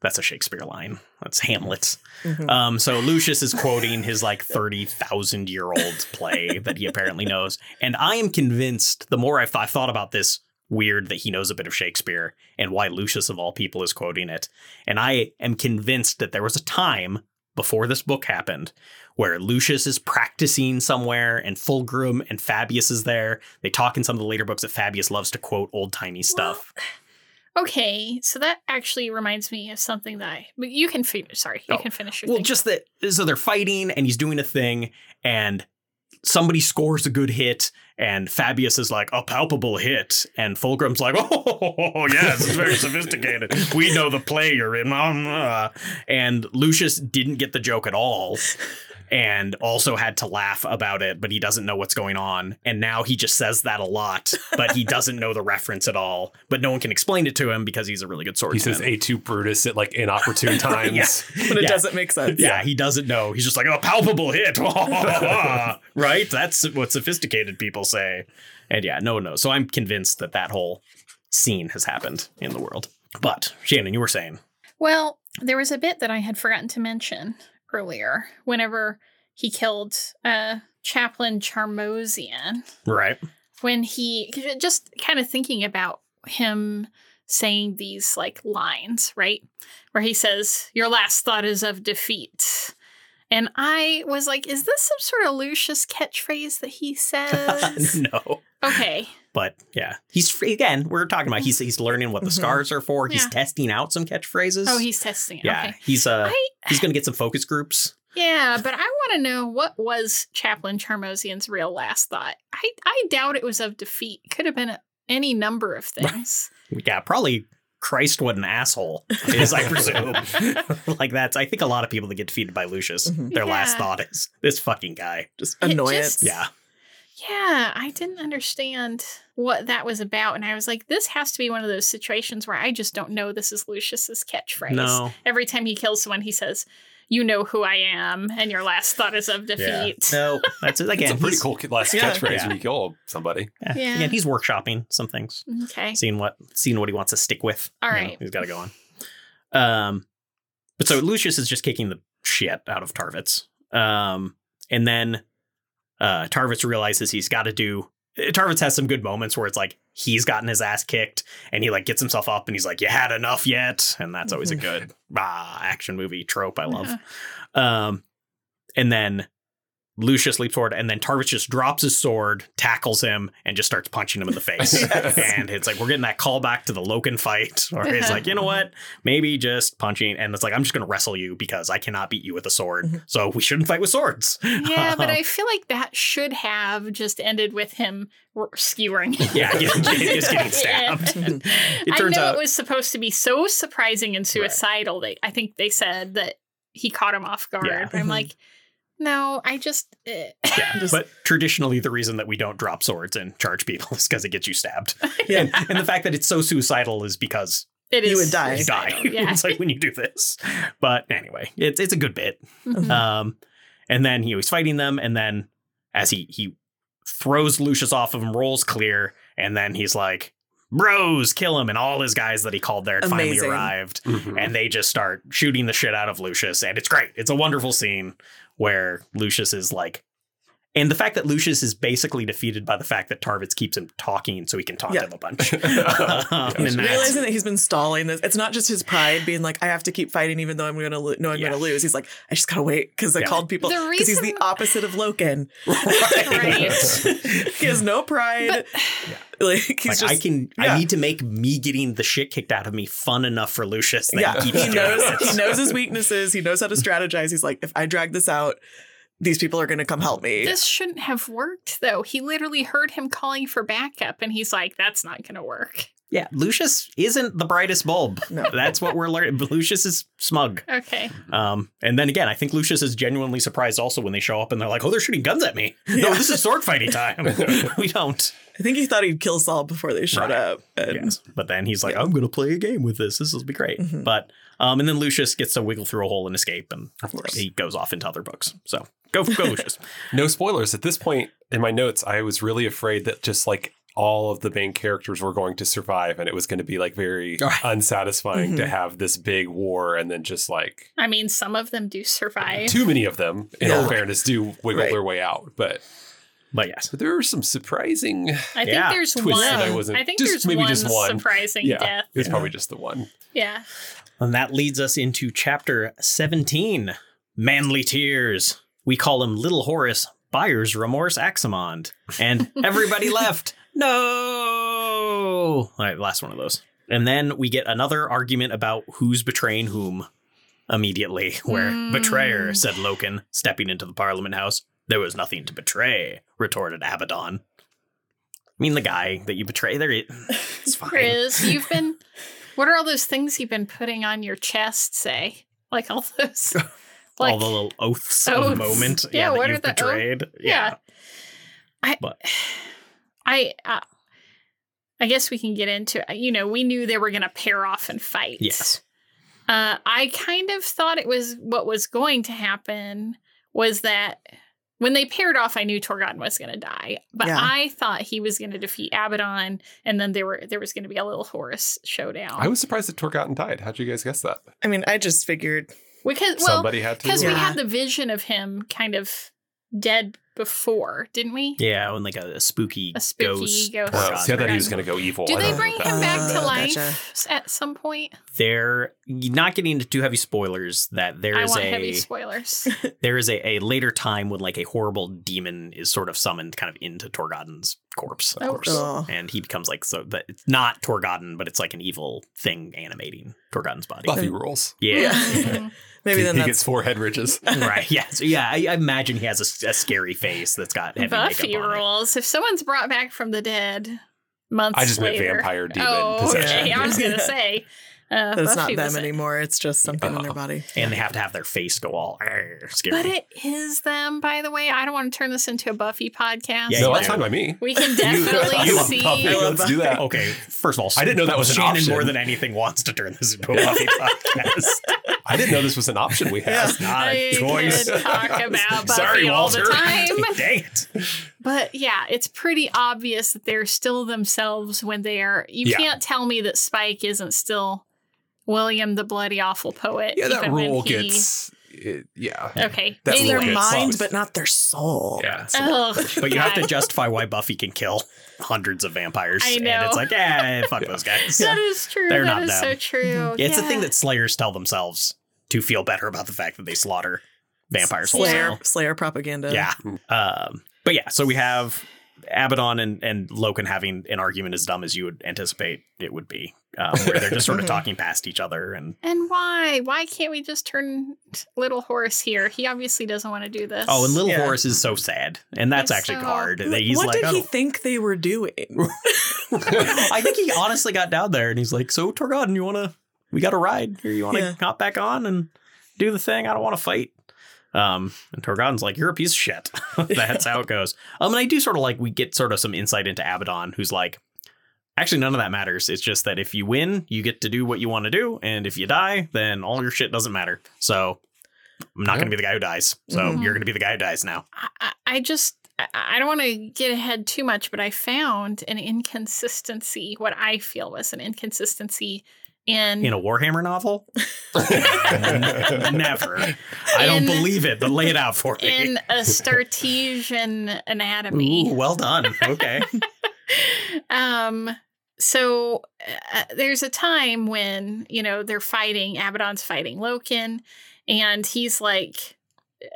A: That's a Shakespeare line. That's Hamlet.
E: Mhm.
A: Um, so Lucius is quoting his like 30,000 year old play that he apparently knows. And I am convinced the more I've, I've thought about this, weird that he knows a bit of Shakespeare and why Lucius of all people is quoting it. And I am convinced that there was a time before this book happened where Lucius is practicing somewhere and Fulgrim and Fabius is there. They talk in some of the later books that Fabius loves to quote old timey stuff.
D: Okay, so that actually reminds me of something that I. but You can finish. Sorry, you
A: Oh,
D: can finish your
A: Well,
D: thing.
A: just that. So they're fighting, and he's doing a thing, and somebody scores a good hit, and Fabius is like a palpable hit, and Fulgrim's like, oh yes, it's very sophisticated. We know the play you're in, Um, uh." and Lucius didn't get the joke at all. and also had to laugh about it, but he doesn't know what's going on. And now he just says that a lot, but he doesn't know the reference at all. But no one can explain it to him because he's a really good
C: He
A: swordsman.
C: says A2 Brutus at like inopportune times.
E: But it
A: Yeah.
E: doesn't make sense.
A: yeah, he doesn't know. He's just like, a palpable hit. right? That's what sophisticated people say. And yeah, no one knows. So I'm convinced that that whole scene has happened in the world. But Shannon, you were saying,
D: Well, there was a bit that I had forgotten to mention earlier. Whenever he killed uh, Chaplain Charmosian,
A: right?
D: when he just kind of thinking about him saying these like lines, right? Where he says, Your last thought is of defeat. And I was like, Is this some sort of Lucius catchphrase that he says?
A: no.
D: okay.
A: But yeah, he's free again. We're talking about he's he's learning what the
E: Mhm.
A: scars are for. He's
D: Mm-hmm. Yeah.
A: testing out some catchphrases.
D: Oh, he's testing. it.
A: yeah,
D: Okay.
A: he's uh
D: I
A: he's gonna get some focus groups.
D: Yeah, but I want to know what was Chaplain Charmosian's real last thought. I, I doubt it was of defeat. Could have been a, any number of things.
A: Yeah, probably Christ what an asshole is I presume. like that's I think a lot of people that get defeated by Lucius,
E: Mhm.
A: their last
D: Yeah.
A: thought is this fucking guy.
E: Just
D: It
E: annoyance.
D: just-
A: Yeah.
D: yeah, I didn't understand what that was about. And I was like, this has to be one of those situations where I just don't know this is Lucius's catchphrase.
A: No.
D: Every time he kills someone, he says, You know who I am, and your last thought is of defeat.
A: No, that's it.
C: It's
A: Again,
C: a pretty
A: he's-
C: cool ki- last
E: Yeah.
C: catchphrase
A: Yeah.
C: when you kill somebody.
A: yeah,
D: Yeah.
A: again, he's workshopping some things,
D: Okay.
A: seeing what seeing what he wants to stick with.
D: All
A: You know,
D: right.
A: he's got to go on. Um, but so Lucius is just kicking the shit out of Tarvitz, um, and then uh, Tarvitz realizes he's got to do. eh, Tarvitz has some good moments where it's like he's gotten his ass kicked and he like gets himself up and he's like, "You had enough yet?" And that's always a
D: Mm-hmm.
A: good ah, action movie trope I love.
D: Uh,
A: Um, and then Lucius leaps forward, and then Tarvitz just drops his sword, tackles him, and just starts punching him in the face.
E: Yes.
A: And it's like we're getting that call back to the Loken fight, or it's like, you know what? Maybe just punching, and it's like I'm just gonna wrestle you because I cannot beat you with a sword,
E: Mhm.
A: so we shouldn't fight with swords.
D: Yeah, but
A: Um,
D: I feel like that should have just ended with him r- skewering.
A: yeah, just, just getting stabbed.
E: Mhm.
A: It turns
D: I know
A: out,
D: it was supposed to be so surprising and suicidal. They, I think they said that he caught him off guard.
A: Yeah.
D: But I'm
E: Mhm.
D: like, no, I just. eh.
A: yeah,
E: Just-
A: but traditionally the reason that we don't drop swords and charge people is because it gets you stabbed,
E: Yeah.
A: and, and the fact that it's so suicidal is because
D: it
E: You
D: is
E: would die.
A: you die.
D: suicidal, Yeah.
A: it's like when you do this. But anyway, it's it's a good bit.
D: Mhm.
E: Mm-hmm.
A: Um, and then he was fighting them, and then as he he throws Lucius off of him, rolls clear, and then he's like, "Bros, kill him!" And all his guys that he called there had finally
E: Amazing.
A: arrived,
E: Mm-hmm.
C: Mhm.
A: and they just start shooting the shit out of Lucius, and it's great. It's a wonderful scene where Lucius is like. And the fact that Lucius is basically defeated by the fact that Tarvitz keeps him talking so he can talk
E: Yeah.
A: to him a bunch. Um, and that's-
E: Realizing that he's been stalling this, it's not just his pride being like, I have to keep fighting even though I'm going to lo- know I'm
A: Yeah.
E: going to lose. He's like, I just got to wait because I
A: Yeah.
E: called people
D: The
E: because he's the
D: reason-
E: opposite of Loken.
A: Right.
E: he has no pride. like he's
A: like
E: just
A: I can, I
E: yeah.
A: need to make me getting the shit kicked out of me fun enough for Lucius that
E: yeah,
A: he
E: he
A: keeps doing
E: knows
A: it.
E: he knows his weaknesses. He knows how to strategize. He's like, if I drag this out, these people are going to come help me.
D: This shouldn't have worked though. He literally heard him calling for backup, and he's like, "That's not going to work."
A: Yeah, Lucius isn't the brightest bulb.
E: No.
A: That's what we're learning. Lucius is smug.
D: Okay.
A: Um, and then again, I think Lucius is genuinely surprised also when they show up and they're like, "Oh, they're shooting guns at me! No,
E: Yeah.
A: this is sword fighting time. we don't."
E: I think he thought he'd kill Saul before they
A: Right.
E: showed up. And
A: Yes. But then he's like,
E: Yeah.
A: "I'm gonna play a game with this. This will be great."
E: Mhm.
A: But um, and then Lucius gets to wiggle through a hole and escape, and
E: course.
A: he goes off into other books. So go, go, Lucius.
C: No spoilers. At this point in my notes, I was really afraid that just like all of the main characters were going to survive and it was going to be like very
A: Right.
C: unsatisfying to
D: Mm-hmm.
E: Mhm.
C: have this big war and then just like
D: I mean, some of them do survive.
C: too many of them, in all
E: Yeah.
C: fairness, do wiggle
E: Right.
C: their way out. But,
A: But yes,
C: but there were some surprising. It
D: I think
A: Yeah.
D: there's
C: Twist
D: one.
C: that I wasn't-
D: I think
C: just-
D: there's
C: maybe
D: one,
C: just one.
D: surprising
C: Yeah.
D: death.
C: was
E: Yeah.
C: probably just the one.
D: Yeah.
A: And that leads us into chapter 17 Manly Tears. We call him Little Horace Buyer's Remorse Aximond. And everybody left. No. All right, last one of those. And then we get another argument about who's betraying whom immediately, where
D: Mm.
A: betrayer, said Loken, stepping into the Parliament House. There was nothing to betray, retorted Abaddon. I mean, the guy that you betray, there, he- it's fine.
D: Chris, you've been. What are all those things you've been putting on your chest? Say, like all those Like,
A: all the little oaths of
D: Oaths.
A: moment.
D: Yeah,
A: Yeah, that
D: what are
A: you've
D: the oath-
A: betrayed.
D: yeah. I,
A: But-
D: I, uh, I guess we can get into. uh, You know, we knew they were going to pair off and fight.
A: Yes.
D: Uh, I kind of thought it was what was going to happen was that when they paired off, I knew Torgon was going to die, but
E: Yeah.
D: I thought he was going to defeat Abaddon, and then there were there was going to be a little Horus showdown.
C: I was surprised that Torgotten died. How'd you guys guess that?
E: I mean, I just figured
D: because well,
C: Somebody had to.
D: because
C: do
D: we
C: it.
E: Yeah.
D: had the vision of him kind of dead before, didn't we?
A: Yeah, and like a, a spooky,
D: A spooky
A: ghost.
D: ghost.
A: pork
C: Wow,
A: chop.
C: see, I thought he was going to go evil.
D: Do
C: I
D: they
C: don't know
D: bring
C: if
D: him
C: that's-
D: back to
E: Oh,
D: life
E: gotcha.
D: at some point?
A: There, not getting into too heavy spoilers. That there
D: I
A: is
D: want
A: a
D: heavy spoilers.
A: there is a, a later time when like a horrible demon is sort of summoned kind of into Torgodden's corpse, of
D: Oh,
A: course.
E: cool.
A: And he becomes like so that it's not Torgodden, but it's like an evil thing animating Torgodden's body.
C: Buffy rules.
A: Yeah.
D: Mm-hmm.
E: maybe
C: he,
E: then
C: he
E: that's
C: gets four head ridges.
A: right. Yeah. So yeah, I, I imagine he has a s- a, scary face that's got heavy
D: Buffy
A: makeup on it.
D: rules. If someone's brought back from the dead months
C: I just meant
D: later.
C: vampire demon
D: Oh,
C: possession.
D: okay. I was gonna say uh,
E: that's
D: Buffy
E: not them
D: was it.
E: anymore. It's just something in
C: Oh.
A: Uh-huh.
E: their body.
A: And they have to have their face go all "Arr," scary.
D: But it is them, by the way. I don't want to turn this into a Buffy podcast.
A: Yeah,
C: no,
A: you
C: that's
A: do.
C: fine by me.
D: We can definitely
C: you love
D: see.
C: Buffy. Let's do that.
A: okay, first of all,
C: I didn't know that was an
A: Shannon
C: option.
A: more than anything wants to turn this into a Buffy podcast.
C: I didn't know this was an option we had.
A: That's not
D: I
A: a choice.
D: could talk about Buffy
A: Sorry,
D: all
A: Walter.
D: the time.
A: Dang it.
D: But yeah, it's pretty obvious that they're still themselves when they are. You
C: Yeah.
D: can't tell me that Spike isn't still William the Bloody Awful Poet.
C: Yeah, that
D: even when
C: rule
D: he-
C: gets. It, yeah.
D: Okay.
C: that rule
E: Their
C: Okay.
E: mind, but not their soul.
C: Yeah.
D: Ugh,
A: But you have to
D: God.
A: justify why Buffy can kill hundreds of vampires.
D: I
A: And
D: know.
A: it's like, eh, fuck those guys.
D: That is true.
A: They're
D: That is
A: not them.
D: so true.
A: It's a thing
D: Yeah.
A: that slayers tell themselves to feel better about the fact that they slaughter vampires
E: Slayer,
A: wholesale.
E: Slayer propaganda.
A: Yeah. Um, but yeah, so we have Abaddon and, and Loken having an argument as dumb as you would anticipate it would be, um, where they're just sort of talking past each other. And
D: And why? Why can't we just turn Little Horace here? He obviously doesn't want to do this.
A: oh, and Little
E: Yeah.
A: Horace is so sad. And that's
D: He's
A: actually
D: so-
A: hard.
E: Wh-
A: That He's
E: what
A: like, "Oh."
E: did
A: I
E: he
A: don't-
E: think they were doing?
A: I think he honestly got down there and he's like, "So Torgodon, you want to? We got a ride here. You want to
E: Yeah.
A: hop back on and do the thing? I don't want to fight." Um, and Torgodon's like, "You're a piece of shit." That's how it goes. Um, and I do sort of like we get sort of some insight into Abaddon, who's like, actually none of that matters. It's just that if you win, you get to do what you want to do, and if you die, then all your shit doesn't matter. So. I'm not
C: Yeah.
A: going to be the guy who dies. So
E: Mhm.
A: you're going to be the guy who dies now.
D: I- I, I just I- I don't want to get ahead too much, but I found an inconsistency. What I feel was an inconsistency in
A: In a Warhammer novel? Never. I don't
D: In-
A: believe it, but lay it out for me.
D: in a Startesian
A: Ooh,
D: anatomy.
A: well done. Okay.
D: um so uh, there's a time when you know they're fighting abaddon's fighting loken and he's like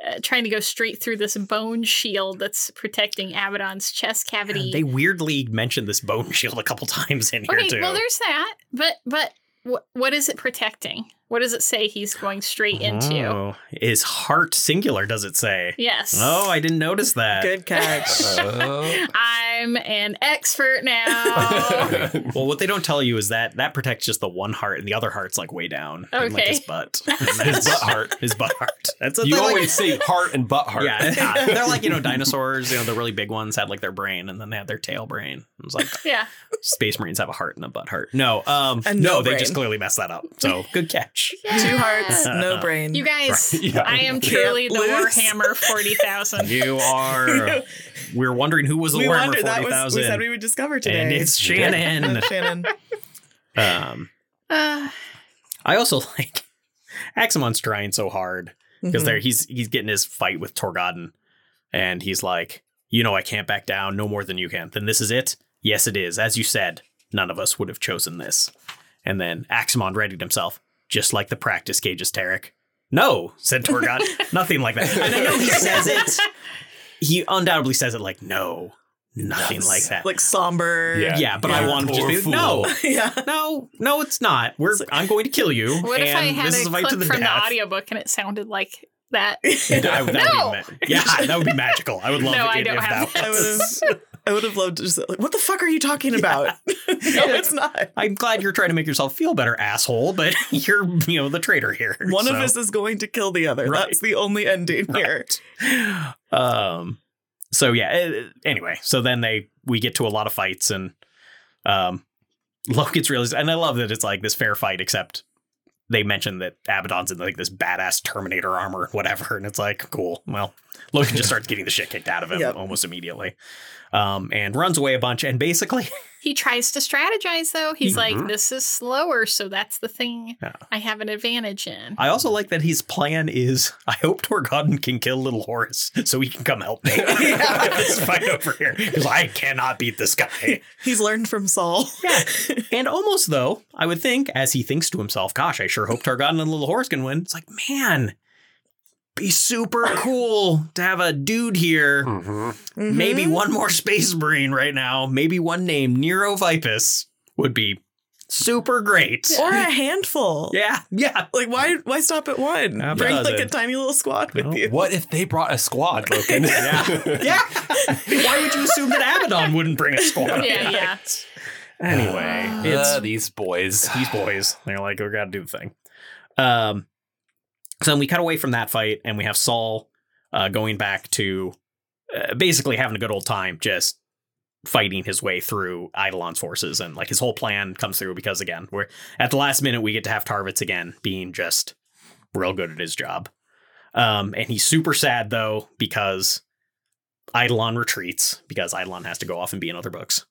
D: uh, trying to go straight through this bone shield that's protecting abaddon's chest cavity
A: they weirdly mentioned this bone shield a couple times in here
D: okay
A: too.
D: well there's that but but what what is it protecting what does it say he's going straight into
A: Oh, is heart singular? Does it say?
D: yes
A: Oh, I didn't notice that.
E: Good catch.
C: Uh,
D: i'm an expert now
A: Well, what they don't tell you is that that protects just the one heart, and the other heart's like way down, and like
D: Okay.
A: his butt, his
C: butt heart.
A: his butt heart. That's what
C: you
A: they like-
C: always say heart and butt heart.
A: Yeah, yeah. they're like you know dinosaurs. You know the really big ones had like their brain, and then they had their tail brain. It was like
D: yeah
A: space marines have a heart and a butt heart. No, um,
E: A
A: no,
E: no
A: they
E: brain.
A: just clearly messed that up. So good catch.
E: Two hearts,
A: Uh-huh.
E: no brain.
D: You guys,
C: Yeah.
D: I am truly the
E: lose.
D: Warhammer 40,000.
A: You are. We're wondering who was the
E: we
A: Warhammer
E: wondered that was we said we
A: forty
E: would discover
A: thousand,
E: today.
A: and it's
E: Uh,
A: Shannon.
E: Shannon.
A: um,
D: Uh,
A: I also like Aximon's trying so hard because
E: Mhm.
D: Mm-hmm.
A: there he's he's getting his fight with Torgodon, and he's like, you know, I can't back down no more than you can. Then this is it. Yes, it is. As you said, none of us would have chosen this. And then Aximon readied himself, just like the practice cages, Tarek. No, said Torgon. nothing like that. And I know he says it. He undoubtedly says it like, no, nothing
C: Yes.
A: like that.
E: like somber.
C: Yeah.
A: yeah, but I
E: Yeah.
A: want to just
C: Poor
A: be
C: fool.
A: no,
E: yeah.
A: no, no, it's not. We're I'm going to kill you.
D: what if I
A: and
D: had
A: this
D: a
A: is a fight
D: clip
A: to the
D: from
A: death.
D: the audiobook and it sounded like that?
A: I- that would be
D: No.
A: ma- yeah, that would be magical. I would love
D: No,
A: it
D: I
A: if
D: don't have
A: that
D: that.
A: was.
E: I would have loved to just like, what the fuck are you talking about? it's not.
A: I'm glad you're trying to make yourself feel better, asshole, but you're, you know, the traitor here.
E: One
A: so.
E: of us is going to kill the other.
A: Right.
E: That's the only ending here.
A: um so yeah eh, anyway so then they we get to a lot of fights and um logan's realized and i love that it's like this fair fight except they mentioned that abaddon's in like this badass terminator armor or whatever and it's like cool well logan just starts getting the shit kicked out of him
E: Yep.
A: almost immediately um and runs away a bunch and basically
D: He tries to strategize though. He's
C: Mhm.
D: like, this is slower, so that's the thing
A: Yeah.
D: I have an advantage in.
A: i also like that his plan is i hope torgodon can kill little horace so he can come help me with this fight over here because i cannot beat this guy
E: He's learned from Saul.
A: Yeah. And almost though, I would think, as he thinks to himself, gosh, I sure hope Targon and Little Horse can win. It's like, man, be super cool to have a dude here.
C: Mm-hmm.
E: Mhm.
A: Maybe one more Space Marine right now, maybe one named Nero Vipus would be super great.
E: or a handful.
A: Yeah, yeah.
E: Like why why stop at one?
A: Half
E: Bring like
A: dozen.
E: a tiny little squad with
A: No.
E: you.
C: What if they brought a squad, Logan? yeah.
A: Yeah. Why would you assume that Abaddon wouldn't bring a squad?
D: Yeah, yeah.
A: Anyway, it's
C: Uh, these boys.
A: these boys. They're like, we got to do the thing. Um, so then we cut away from that fight, and we have Saul uh, going back to uh, basically having a good old time, just fighting his way through Eidolon's forces, and like his whole plan comes through because again, we're at the last minute we get to have Tarvitz again being just real good at his job. Um, and he's super sad though because Eidolon retreats because Eidolon has to go off and be in other books.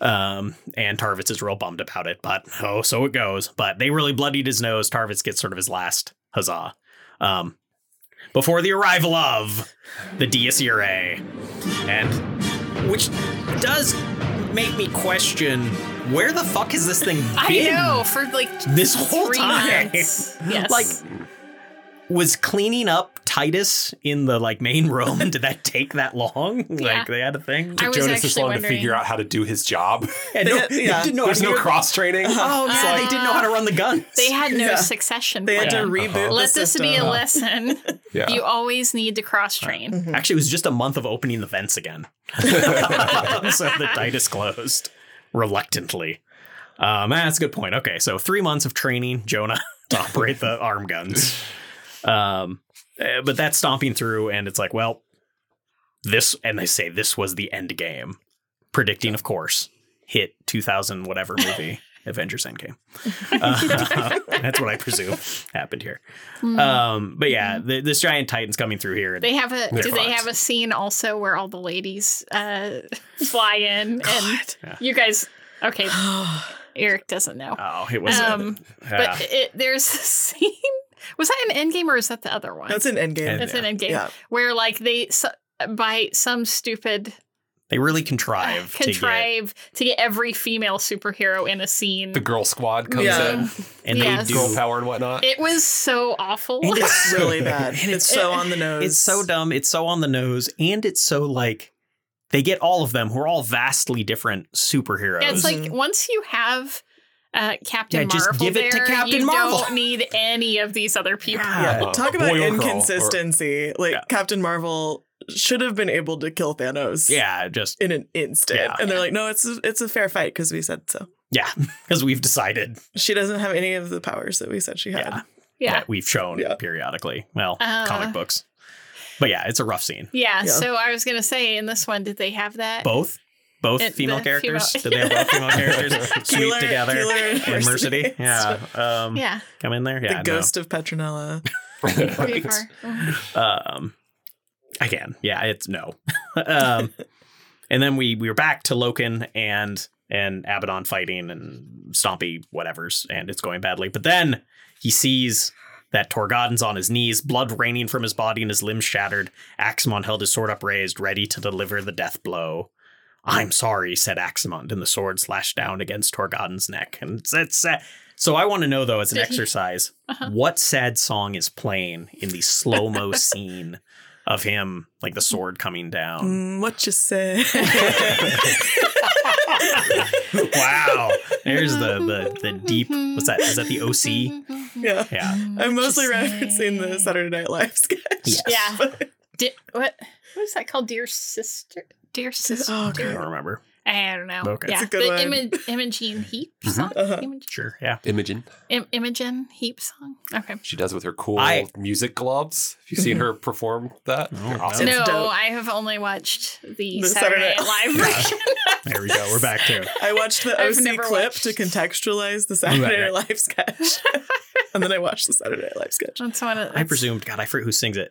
A: Um, and Tarvitz is real bummed about it, but oh, so it goes. But they really bloodied his nose. Tarvitz gets sort of his last huzzah. Um, before the arrival of the DSERA. And which does make me question where the fuck has this thing
D: I
A: been?
D: know for like
A: This whole
D: three
A: time.
D: months. Yes.
A: Like was cleaning up Titus in the like main room. Did that take that long?
D: Yeah.
A: Like they had a thing.
D: I was
C: Jonas is
D: actually
C: long to
D: wondering-
C: figure out how to do his job.
A: And no-
E: had-
A: they
E: yeah.
A: didn't know how
C: There's
A: to
C: no
A: do it.
C: cross training.
A: Oh yeah, they didn't know how to run the guns.
D: they had no
E: Yeah.
D: succession
E: They had
D: plan.
E: to
A: Yeah.
E: reboot.
C: Uh-huh.
E: the
D: Let this be a
E: system.
D: lesson.
C: Yeah.
D: You always need to cross train.
E: Mhm.
A: Actually, it was just a month of opening the vents again. so the Titus closed reluctantly. Um, ah, that's a good point. Okay, so three months of training Jonah to operate the arm guns. Um, eh, but that's stomping through, and it's like, well, this, and they say this was the end game. Predicting, of course, hit 2000 whatever movie, Avengers Endgame. Uh, that's what I presume happened here.
D: Mm.
A: Um, but yeah, th this giant titan's coming through here. and-
D: They have a
A: They're
D: do
A: fucked.
D: they have a scene also where all the ladies uh, fly in and
A: Yeah.
D: you guys okay Eric doesn't know
A: oh, it was. a-
D: um,
A: yeah.
D: but it, there's a scene was that an Endgame or is that the other one
E: That's an end game.
A: And-
D: That's an Endgame
E: Yeah.
D: where like they so, by some stupid
A: they really contrive.
D: contrive to get every female superhero in a scene
C: the girl squad comes
E: Yeah.
C: in,
A: to get, and
D: Yes.
A: they
C: girl
A: do.
C: power and whatnot.
D: it was so awful
A: And it's-
E: It's really bad.
A: And
E: it's so on the nose.
A: It's so dumb. It's so on the nose, and it's so like they get all of them who are all vastly different superheroes.
D: Yeah, it's
E: Mhm.
D: like once you have uh, Captain
A: Yeah, just
D: Marvel
A: give it to
D: there,
A: Captain
D: you
A: Marvel.
D: don't need any of these other people.
A: Yeah.
E: Yeah,
C: Uh,
E: talk
C: a
E: about
C: boy or girl, or-
E: inconsistency. like
A: Yeah.
E: Captain Marvel should have been able to kill Thanos.
A: Yeah, just
E: In an instant,
A: Yeah.
E: and they're like, "No, it's a, it's a fair fight because we said so."
A: yeah, because we've decided
E: She doesn't have any of the powers that we said she had.
A: Yeah.
D: Yeah.
A: that we've shown
E: Yeah.
A: periodically. Well,
D: Uh,
A: comic books, but yeah, it's a rough scene.
D: Yeah,
E: Yeah.
D: so I was gonna say in this one, did they have that?
A: Both, both
D: It-
A: female
D: the
A: characters.
D: female-
A: Did they have both female characters
E: Keeler-
A: sweep together
E: Keeler and
A: in Mercedes?
E: Mercedes.
A: Yeah, um,
D: Yeah,
A: come in there.
E: The
A: Yeah, no.
E: ghost of Petronella.
D: pretty far. Mhm.
A: um again yeah it's no um and then we we were back to loken and and abaddon fighting and stompy whatever's and it's going badly but then he sees that Torgodon's on his knees, blood raining from his body and his limbs shattered. Axemon held his sword upraised, ready to deliver the death blow. I'm sorry, said Axemon, and the sword slashed down against Torgodon's neck. And it's, it's sad. So I want to know, though, as an
D: Did he-
A: exercise,
D: Uh-huh.
A: what sad song is playing in the slow mo scene of him, like the sword coming down?
E: Mm, what you say?
D: Mm.
A: wow, there's the the the deep. What's that? Is that the OC?
E: yeah.
A: Yeah.
E: I'm mostly referencing the Saturday Night Live sketch.
A: Yes.
D: Yeah. Di- what what is that called? Dear sister, dear sister.
E: Oh,
A: I don't
E: God.
A: remember.
D: I don't know.
A: Okay. Mm-hmm.
D: yeah,
E: It's a good
D: the
E: one.
D: Imi- Imogen Heap
C: Mhm.
D: song.
E: Uh-huh.
D: Imogen,
A: Sure. Yeah.
C: Imogen.
D: Im- Imogen Heap song. Okay.
C: She does with her cool
A: I-
C: music gloves. Have you seen her perform that?
A: Oh,
C: They're
A: no.
C: awesome.
E: It's
D: no,
E: dope.
D: I have only watched the,
E: The
D: Saturday,
E: Saturday
D: Night Live version.
A: There we go. We're back to it.
E: I watched the
D: I've
E: OC
D: never
E: clip
D: watched.
E: to contextualize the Saturday
A: Right,
E: Night Live sketch, and then I watched the Saturday Night Live sketch.
D: That's one of
A: I presumed. God, I forget who sings it.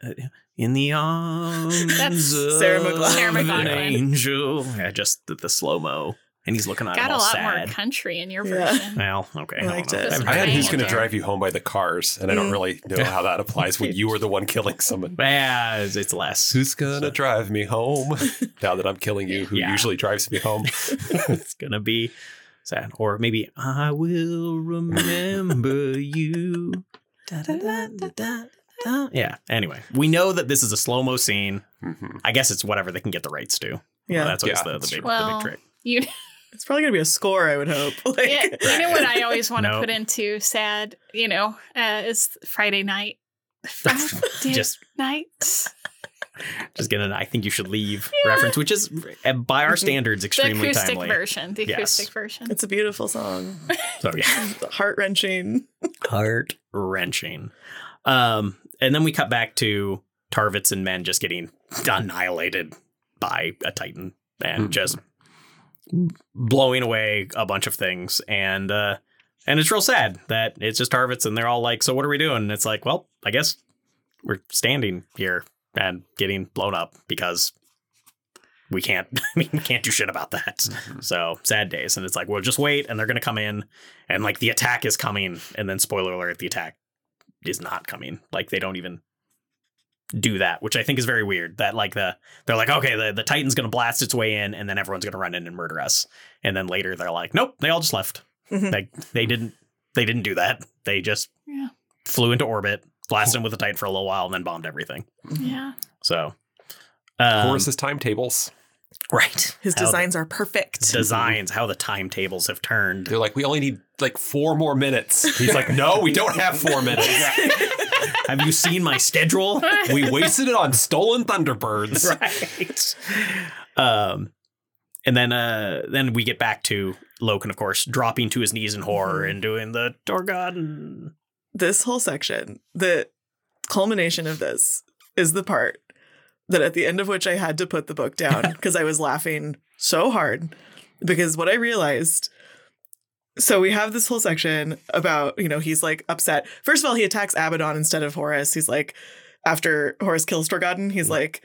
A: In the arms
D: That's
A: of
E: Sarah McLachlan.
D: Sarah
A: an
D: McLachlan.
A: angel. I just did the slow mo, and he's looking at
D: got
A: him
D: a
A: all
D: lot
A: sad.
D: more country in your
E: Yeah.
D: version.
A: well, okay.
E: I
A: don't
E: liked
A: know.
E: it.
A: haven't
C: I had
A: heard
C: Who's
A: that
C: Gonna
A: one.
C: Drive You Home by the Cars, and I don't
E: Mm.
C: really know how that applies when you were the one killing someone.
A: Yeah, it's, it's less.
C: Who's gonna drive me home now that I'm killing you, who
A: Yeah.
C: usually drives me home?
A: it's gonna be sad. Or maybe I will remember you. Da, da, da, da, da, da. Yeah. Anyway, we know that this is a slow mo scene.
C: Mhm.
A: I guess it's whatever they can get the rights to.
E: Yeah,
A: that's always
C: Yeah,
A: the, the,
C: that's
A: big,
D: true.
A: the
D: Well,
A: big trick.
D: You
E: it's probably gonna be a score. I would hope. Like,
D: Yeah, you know what I always want to
A: No.
D: put into sad, you know, uh, is Friday night. Friday
A: Just-
D: nights.
A: Just get an I think you should leave reference, which is uh, by our
E: Mhm.
A: standards
D: Mm-hmm. The
A: extremely
D: acoustic
A: timely.
D: version. The
A: Yes.
D: acoustic version.
E: It's a beautiful song,
A: So yeah,
E: heart wrenching.
A: heart wrenching. Um, and then we cut back to Tarvitz and men just getting annihilated by a Titan and
C: Mhm.
A: just blowing away a bunch of things. And uh, and it's real sad that it's just Tarvitz and they're all like, "So what are we doing?" And it's like, "Well, I guess we're standing here and getting blown up because." We can't. I mean, we can't do shit about that. So sad days, and it's like, well, just wait, and they're gonna come in, and like the attack is coming, and then spoiler alert, the attack is not coming. Like they don't even do that, which I think is very weird. That like the they're like, okay, the, the Titan's gonna blast its way in, and then everyone's gonna run in and murder us, and then later they're like, nope, they all just left.
E: Mhm.
A: Like they didn't they didn't do that. They just
D: Yeah.
A: flew into orbit, blasted them with the Titan for a little while, and then bombed everything.
D: yeah.
A: So, um,
C: Horace's timetables.
A: right?
E: His
A: How the
E: designs are perfect.
A: designs, how the timetables have turned.
C: They're like, we only need like four more minutes. He's like, no, we don't have four minutes.
A: Have you seen my schedule?
C: We wasted it on stolen Thunderbirds.
A: right. Um, and then uh, then we get back to Loken, of course, dropping to his knees in horror and doing the Torgon.
E: this whole section, the culmination of this is the part that at the end of which I had to put the book down because I was laughing so hard. Because what I realized so we have this whole section about, you know, he's like upset. First of all, he attacks Abaddon instead of Horus. He's like, after Horus kills Torgodon, he's like,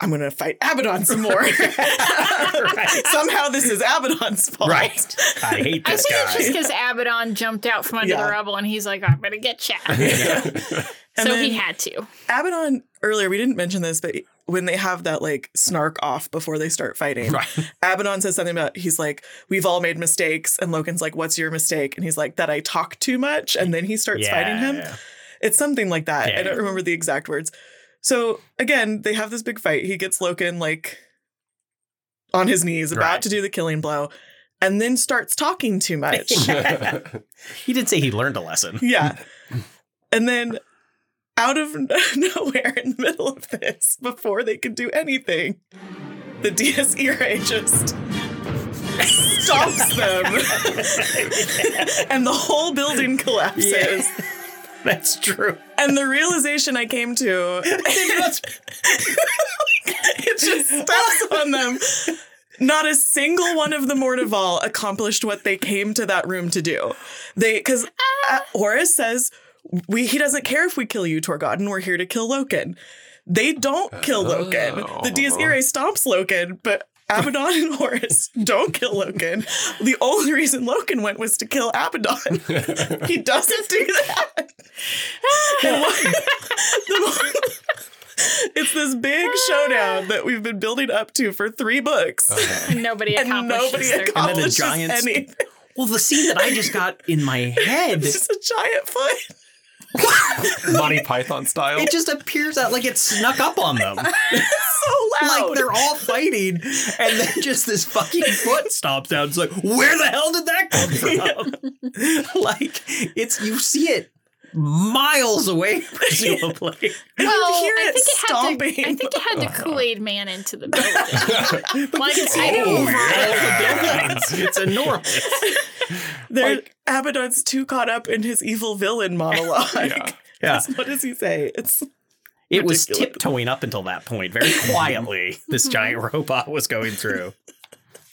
E: I'm going to fight Abaddon some more. Somehow this is Abaddon's fault.
A: Right. I hate
D: I
A: this
D: think it's just
A: guy.
D: because Abaddon jumped out from under
E: Yeah.
D: the rubble and he's like, I'm going to get you. so
E: And
D: he
E: then-
D: had to.
E: Abaddon earlier, we didn't mention this, but when they have that like snark off before they start fighting,
A: Right.
E: Abaddon says something about he's like, We've all made mistakes. And Logan's like, What's your mistake? And he's like, That I talk too much. And then he starts fighting him.
A: Yeah.
E: It's something like that.
A: Yeah.
E: I don't remember the exact words. So again, they have this big fight. He gets Logan like on his knees, about
A: Right.
E: to do the killing blow, and then starts talking too much.
A: He did say he learned a lesson.
E: Yeah. And then out of n- nowhere in the middle of this, before they could do anything, the DS ERA just stops them. and the whole building collapses.
A: That's true.
E: And the realization I came to it just steps on them. Not a single one of the Mortival accomplished what they came to that room to do. They because uh, Horus says we he doesn't care if we kill you, Torgodon. We're here to kill Loken. They don't kill Loken. The Dies Irae stomps Loken, but Abaddon and Horus don't kill Loken. The only reason Loken went was to kill Abaddon. he doesn't do that. And what- the more- it's this big showdown that we've been building up to for three books,
D: And nobody
E: and
D: accomplished
E: nobody
D: their
A: then the
E: accomplishes
A: giants-
E: anything.
A: Well, the scene that I just got in my head,
E: It's just a giant foot.
C: Monty Python style.
A: it just appears out like it snuck up on them.
E: So loud.
A: Like they're all fighting, and then just this fucking foot stomps out. It's like, where the hell did that come from? like it's you see it miles away, presumably.
E: And
D: Well,
E: you hear
D: I
E: it
D: think it had
E: stomping.
D: to. I think it had to Kool Aid Man into the building. like I
E: Over.
D: don't.
A: it's, it's enormous.
E: There, Abaddon's too caught up in his evil villain monologue.
C: Yeah.
A: Yeah.
E: What does he say? It's
A: It was
E: Ridiculous.
A: tiptoeing up until that point, very quietly. this giant robot was going through.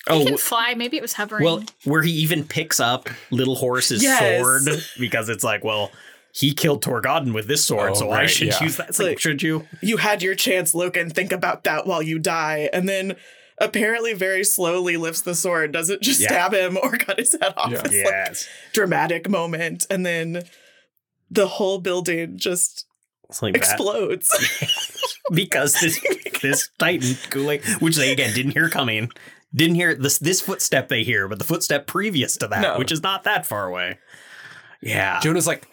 A: Oh,
D: It can
A: w-
D: fly. Maybe it was hovering.
A: well, where he even picks up Little Horse's
E: Yes.
A: sword because it's like, well, he killed Torgodon with this sword,
C: Oh,
A: so I
C: right,
A: should
C: yeah.
A: use that. It's like,
E: Like-
A: should you?
E: you had your chance, Logan. Think about that while you die. And then apparently very slowly lifts the sword, doesn't just
A: Yeah.
E: stab him or cut his head off.
C: Yeah.
E: It's like
A: Yes.
E: dramatic moment. And then the whole building just
A: It's like that.
E: explodes.
A: because this this Titan Kool-Aid, which they again didn't hear coming, didn't hear this this footstep they hear, but the footstep previous to that,
E: No.
A: which is not that far away. Yeah,
C: Jonah's like,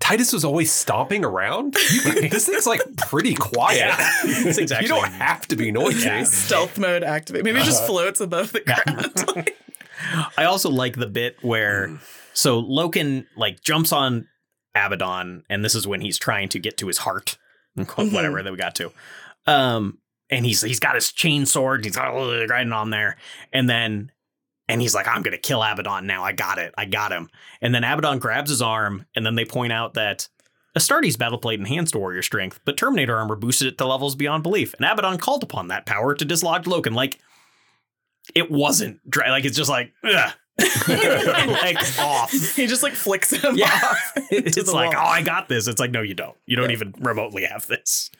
C: Titus was always stomping around. You can- this thing's like pretty quiet.
A: Yeah. It's exactly-
C: You don't have to be noisy.
A: Oh, Yeah. Uh-huh.
E: Stealth mode activate. Maybe it just floats above the ground.
A: I also like the bit
E: Mm.
A: where so Loken like jumps on Abaddon, and this is when he's trying to get to his heart,
E: Mhm.
A: whatever that we got to. Um, and he's he's got his chain sword, he's got grinding on there, and then and he's like, I'm gonna kill Abaddon now. I got it, I got him. And then Abaddon grabs his arm, and then they point out that Astartes battle plate enhanced warrior strength, but Terminator armor boosted it to levels beyond belief. And Abaddon called upon that power to dislodge Loken. Like, it wasn't dry. Like, it's just like, ugh. like off.
E: he just like flicks him
A: Yeah.
E: off.
A: It's
E: the
A: like,
E: wall.
A: oh, I got this. It's like, no, you don't. You don't even remotely have this.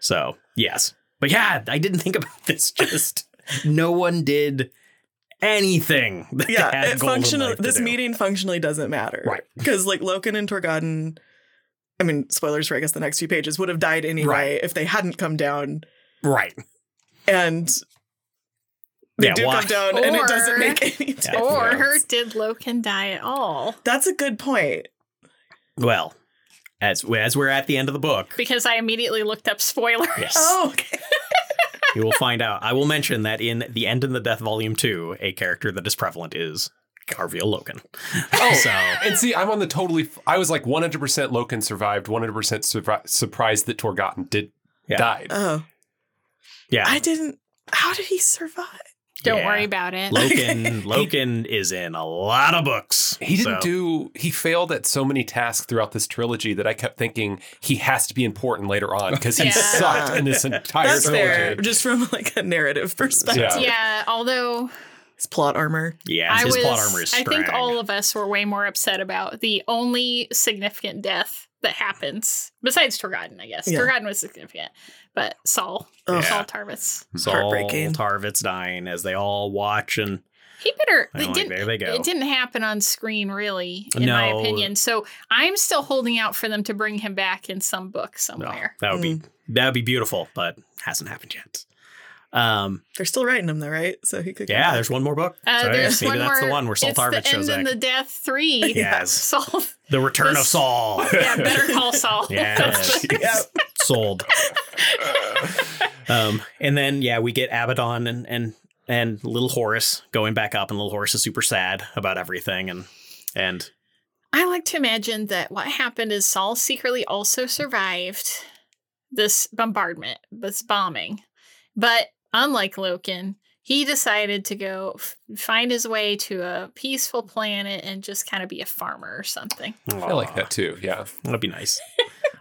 A: So, yes. But yeah, I didn't think about this. Just no one did anything. that had
E: Yeah, it
A: Golden
E: functionally
A: Life to
E: this
A: do.
E: meeting functionally doesn't matter.
A: Right.
E: Because like Loken and Torgodon, I mean, spoilers for I guess the next few pages, would have died anyway
A: Right.
E: if they hadn't come down.
A: Right.
E: And they
A: Yeah,
E: do
A: why?
E: come down and it
D: Or-
E: doesn't make any difference.
D: or did Loken die at all?
E: That's a good point.
A: Well, as, as we're at the end of the book,
D: Because I immediately looked up spoiler.
A: yes.
E: Oh, okay.
A: you will find out. I will mention that in The End and the Death Volume 2, a character that is prevalent is Garville Logan.
C: Oh.
A: So,
C: And see, I'm on the totally. F- I was like 100% Loken survived, 100% surpri- surprised that Torgotten did
A: Yeah.
C: died.
E: Oh,
A: yeah.
E: I didn't. How did he survive?
D: Don't
A: Yeah.
D: worry about it.
A: Loken Loken is in a lot of books.
C: He didn't
A: so-
C: do. He failed at so many tasks throughout this trilogy that I kept thinking he has to be important later on because he
D: Yeah.
C: sucked in this entire
E: That's
C: trilogy.
E: fair. Just from like a narrative perspective,
C: Yeah.
D: yeah, although
E: it's plot armor.
A: Yeah,
D: I
A: his
D: was,
A: plot armor is
D: I think
A: strong.
D: all of us were way more upset about the only significant death that happens besides Torgodon, I guess.
E: Yeah.
D: Torgodon was significant, but Saul,
A: Oh.
E: Ugh.
A: Yeah.
D: Saul Tarvis,
A: Saul
E: heartbreaking.
A: Tarvitz dying as they all watch and
D: he better.
A: I'm
D: It
A: like,
D: didn't,
A: there they go.
D: it didn't happen on screen, really, in my
A: No.
D: opinion. So I'm still holding out for them to bring him back in some book
A: No, oh,
D: somewhere.
A: that would
C: Mm.
A: be that would be beautiful, but hasn't happened yet. Um,
E: They're still writing him though, right? So he could. come
A: yeah,
E: back.
A: there's one more book.
D: Uh,
A: so
D: there's
A: yes, maybe
D: one
A: that's
D: more-
A: the one where Saul
D: it's
A: Tarvitz
D: the
A: shows
D: end
A: up.
D: in the
A: The,
D: death three.
A: Yes.
D: Saul.
A: return of
D: this-
A: Saul.
D: Yeah, better call Saul.
A: Yes.
E: Yep.
A: sold. um, and then yeah, we get Abaddon and and and little Horace going back up, and little Horace is super sad about everything, and and
D: I like to imagine that what happened is Saul secretly also survived this bombardment, this bombing. But unlike Loken, he decided to go f- find his way to a peaceful planet and just kind of be a farmer or something.
C: I like that too. Yeah.
A: That'd be nice.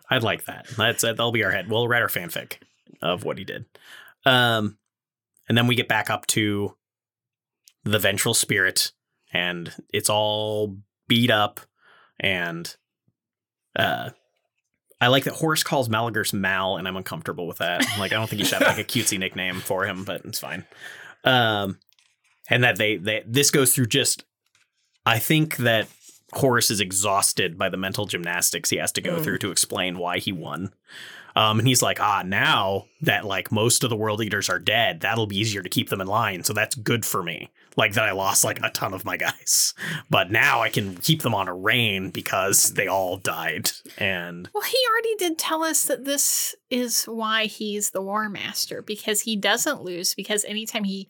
A: I'd like that. That's uh, that'll be our head. We'll write our fanfic of what he did. Um, and then we get back up to the ventral spirit, and it's all beat up. And uh, I like that Horace calls Malagur's Mal, and I'm uncomfortable with that. Like I don't think you should have like a cutesy nickname for him, but it's fine. Um, and that they they this goes through just. I think that Horace is exhausted by the mental gymnastics he has to go
E: Mm.
A: through to explain why he won. Um, and he's like, ah, now that like most of the world eaters are dead, that'll be easier to keep them in line. So that's good for me. Like that I lost like a ton of my guys. But now I can keep them on a rein because they all died. And
D: Well, he already did tell us that this is why he's the War Master because he doesn't lose. Because anytime he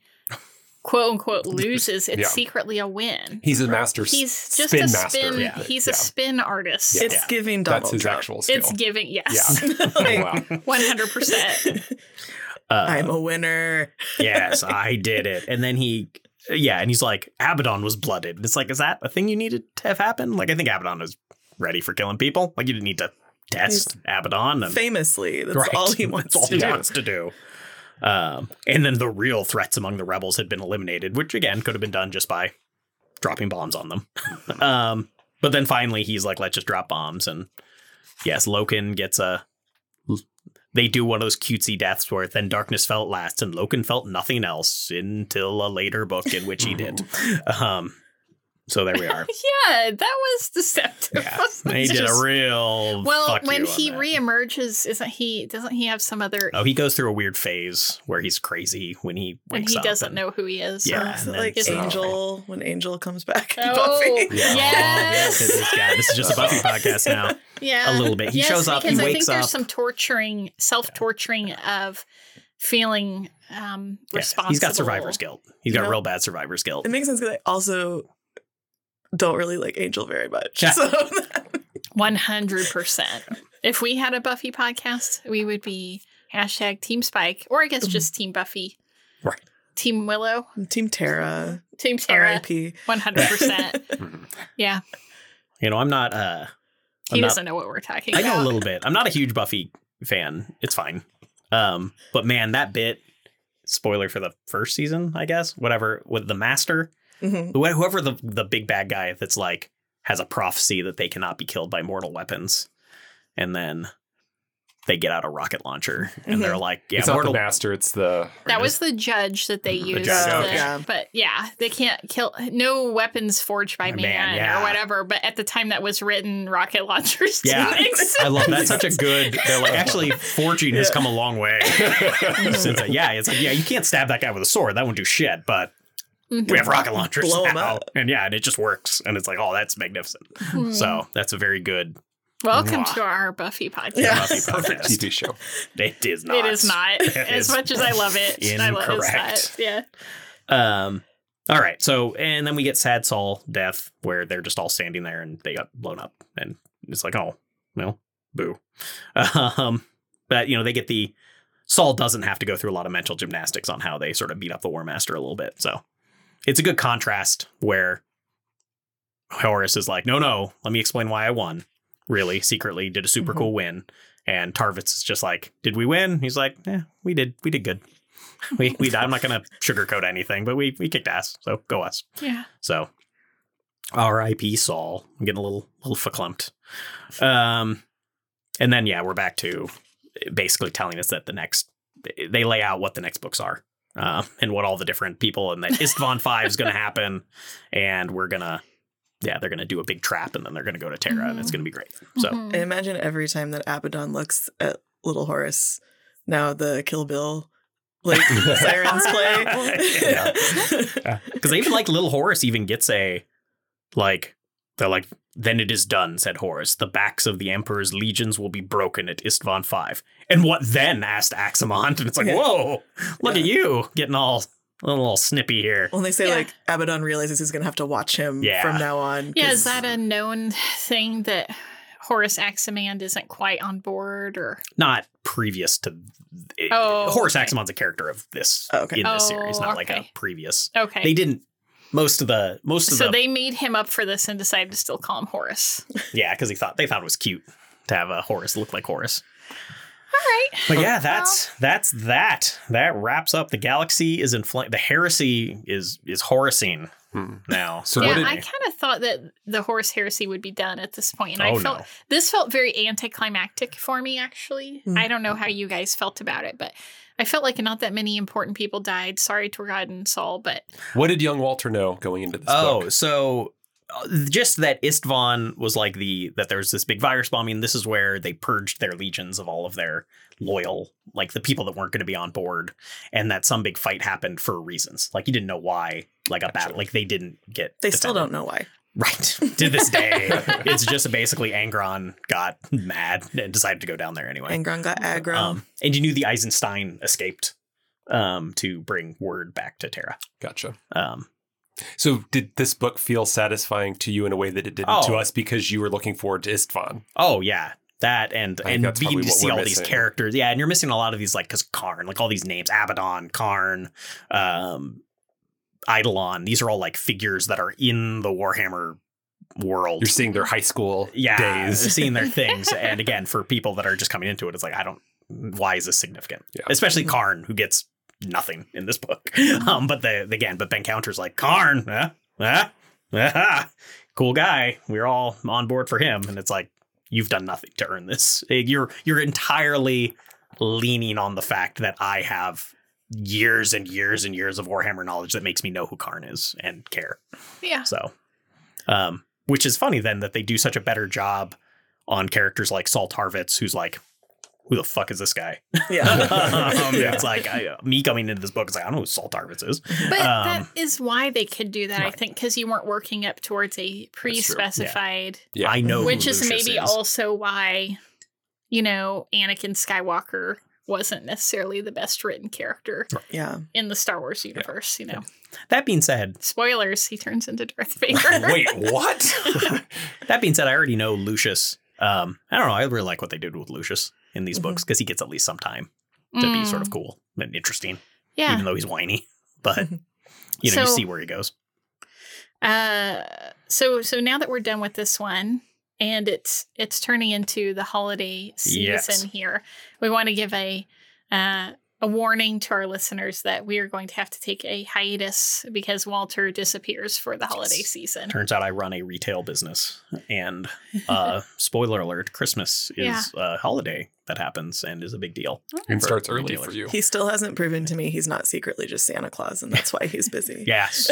D: quote unquote loses, it's
C: Yeah.
D: secretly a win.
C: He's a master. s-
D: He's just
C: spin
D: a
C: master.
D: spin.
A: Yeah.
D: He's
C: Yeah.
D: a spin artist.
C: Yeah.
E: It's giving Donald
C: That's his
E: Trump.
C: actual skill.
D: It's giving yes,
E: Like,
C: wow.
D: one hundred percent.
A: Uh,
E: I'm a winner.
A: yes, I did it. And then he, yeah, and he's like, Abaddon was blooded. And it's like, is that a thing you needed to have happen? Like, I think Abaddon is ready for killing people. Like, you didn't need to test Abaddon. And,
E: Famously, that's
A: Right.
E: all he wants
A: That's all
E: to
A: he
E: do.
A: wants to do. Um, and then the real threats among the rebels had been eliminated, which again could have been done just by dropping bombs on them. um, but then finally, he's like, "Let's just drop bombs." And yes, Loken gets a. They do one of those cutesy deaths where then darkness felt last, and Loken felt nothing else until a later book in which he did. Um, so there we are.
D: yeah, that was deceptive.
A: Yeah, he did a real
D: well,
A: fuck
D: when
A: you on
D: he
A: that.
D: reemerges, isn't he? Doesn't he have some other?
A: Oh, he goes through a weird phase where he's crazy when he wakes
D: and he
A: up
D: doesn't
A: and-
D: know who he is.
A: Yeah,
E: Oh, is
A: and
E: it
A: then-
E: like
D: Is it-
E: Angel when Angel comes back? in
D: Oh,
E: Buffy?
C: Yeah.
A: Yes, it
D: yes.
A: is, yeah, this is just a Buffy podcast now.
D: Yeah.
A: A little bit. He
D: yes,
A: shows up, he
D: Because I
A: wakes
D: think there's
A: up.
D: some torturing, self torturing of feeling um,
A: Yeah,
D: responsible.
A: He's got survivor's guilt. He's got
E: You know-
A: real bad survivor's guilt.
E: It makes sense because I also don't really like Angel very much.
A: Yeah.
E: So
D: 100%. If we had a Buffy podcast, we would be hashtag Team Spike, or I guess
A: Mm-hmm.
D: just Team Buffy.
C: Right.
D: Team Willow,
E: Team Tara,
D: Team Tara,
E: R.I.P.
D: 100%.
A: Mm-hmm.
D: Yeah.
A: You know, I'm not. uh
D: He
A: I'm not-
D: doesn't know what we're talking
A: I
D: about.
A: know a little bit. I'm not a huge Buffy fan. It's fine. Um, but man, that bit. Spoiler for the first season, I guess. Whatever with the master,
E: Mhm.
A: wh- whoever the the big bad guy that's like has a prophecy that they cannot be killed by mortal weapons, and then they get out a rocket launcher and
D: Mm-hmm.
A: they're like, "Yeah,
C: it's not the
A: mortal
C: master. It's the
D: That was the judge that they used.
C: judge,
D: the-
C: okay.
E: Yeah.
D: But yeah, they can't kill no weapons forged by
A: By
D: man,
A: man, yeah.
D: or whatever. But at the time that was written, rocket launchers
A: Yeah.
D: didn't exist.
A: I love that's such a good. They're like actually forging has come a long way since. that. yeah, it's like yeah, you can't stab that guy with a sword. That won't do shit. But
D: Mhm.
A: we have rocket launchers
E: Blow 'em
A: now.
E: up.
A: and yeah, and it just works. And it's like, oh, that's magnificent.
D: Hmm.
A: So that's a very good.
D: welcome
A: Mwah.
D: to our Buffy podcast.
E: Yeah.
A: Buffy
C: perfect
A: podcast.
C: TV show.
A: It is not.
D: It is not
A: is
D: as much as I love it. I love it's
A: incorrect.
D: not. Yeah,
A: Um. All right. So and then we get sad Saul death where they're just all standing there and they got blown up and it's like oh no boo. Um. But you know they get the Saul doesn't have to go through a lot of mental gymnastics on how they sort of beat up the War Master a little bit. So it's a good contrast where Horus is like no no let me explain why I won. Really secretly did a super
E: Mhm.
A: cool win. And Tarvitz is just like, did we win? He's like, yeah, we did. We did good we, we I'm not gonna sugarcoat anything, but we we kicked ass, so go us.
D: yeah.
A: So R.I.P. Saul. I'm getting a little little verklempt. Um, and then yeah, we're back to basically telling us that the next they lay out what the next books are. Uh, and what all the different people and that Istvan Five is going to happen, and we're gonna, yeah, they're gonna do a big trap, and then they're gonna go to Terra, and it's
D: Mhm.
A: gonna be great. So
D: Mhm.
E: I imagine every time that Abaddon looks at Little Horace, now the Kill Bill like sirens
A: Yeah.
E: play.
A: Because even like little Horace even gets a like they're like then it is done, said Horace. The backs of the Emperor's legions will be broken at Istvan Five. And what then? asked Axamont, and it's like,
E: Yeah.
A: whoa, look
E: Yeah.
A: at you getting all a little snippy here.
E: When they say
D: Yeah.
E: like Abaddon realizes he's gonna have to watch him
A: Yeah.
E: from now on.
D: yeah. Is
E: 'cause-
D: that a known thing that Horace Axamand isn't quite on board, or
A: Not previous to
D: Oh,
A: Horace
D: okay.
A: Axamon's a character of this
E: Oh, okay.
A: in this
D: Oh,
A: series, not like a
D: okay.
A: previous.
D: okay?
A: They didn't. Most of the most of
D: so
A: the
D: they made him up for this and decided to still call him Horace. All
A: yeah, because he thought they thought it was cute to have a Horace look like Horace.
D: right.
C: Oh,
A: But yeah, that's that's that. That wraps up. The galaxy is in flame. The heresy is is horacing
C: Hmm.
A: now.
C: So
D: yeah,
C: what did
D: I kind of thought that the horse heresy would be done at this point, and
A: oh
D: I felt
A: no!
D: this felt very anticlimactic for me. Actually,
E: Mm.
D: I don't know how you guys felt about it, but I felt like not that many important people died. Sorry, Torgad and Saul, but
C: What did young Walter know going into this?
A: Oh,
C: book?
A: so uh, just that Istvan was like the that there's this big virus bombing. This is where they purged their legions of all of their loyal, like the people that weren't going to be on board, and that some big fight happened for reasons. Like you didn't know why. Like a
C: Gotcha.
A: battle, like they didn't get.
E: They still
A: defended.
E: don't know why.
A: Right. To this day, it's just basically Angron got mad and decided to go down there anyway.
E: Angron got aggro.
A: Um, and you knew the Eisenstein escaped um, to bring word back to Terra.
C: Gotcha.
A: Um,
C: So, did this book feel satisfying to you in a way that it didn't to
A: Oh.
C: us because you were looking forward to Istvan?
A: oh yeah, that and
C: I think
A: and
C: that's
A: being
C: probably
A: to
C: what
A: see
C: we're
A: all
C: missing.
A: these characters. Yeah, and you're missing a lot of these like because Karn, like all these names, Abaddon, Karn, um, Eidolon. These are all like figures that are in the Warhammer world.
C: You're seeing their high school
A: yeah,
C: days.
A: seeing their things. and again, for people that are just coming into it, it's like I don't. Why is this significant?
C: Yeah. Mm-hmm.
A: Especially Karn, who gets nothing in this book. Um, but the again, but Ben Counter's like Karn, eh? Eh? Eh? cool guy. We're all on board for him, and it's like you've done nothing to earn this. Eh, You're you're entirely leaning on the fact that I have years and years and years of Warhammer knowledge that makes me know who Karn is and care.
D: Yeah.
A: So, um, which is funny then that they do such a better job on characters like Salt Harvitz, who's like, who the fuck is this guy?
E: Yeah.
A: um, It's like I, uh, me coming into this book is like, I don't know who Salt Harvitz is.
D: But
A: Um,
D: that is why they could do that, I
A: right.
D: think, because you weren't working up towards a pre specified,
C: Yeah.
A: I know, who
D: which is
A: Oh, Lucius
D: maybe also why, you know, Anakin Skywalker wasn't necessarily the best written character
E: Yeah.
D: in the Star Wars universe, you know.
A: That being said,
D: Spoilers, he turns into Darth Vader.
C: Wait, what?
A: that being said, I already know Lucius. Um, I don't know. I really like what they did with Lucius in these
D: Mm-hmm.
E: Mhm.
A: books because he gets at least some time to be sort of cool and interesting,
D: Mm, Yeah.
A: even though he's whiny. But you know, you
D: So-
A: see where he goes.
D: Uh, so so now that we're done with this one and it's it's turning into the holiday season
A: Yes.
D: here we want to give a uh, a warning to our listeners that we are going to have to take a hiatus because walter disappears for the holiday season
A: Turns out I run a retail business, and uh, spoiler alert: Christmas is a holiday that happens and is a big deal.
D: Oh.
C: and
A: For
C: starts early
A: retailers.
C: for you.
E: He still hasn't proven to me he's not secretly just Santa Claus, and that's why he's busy.
A: Yes,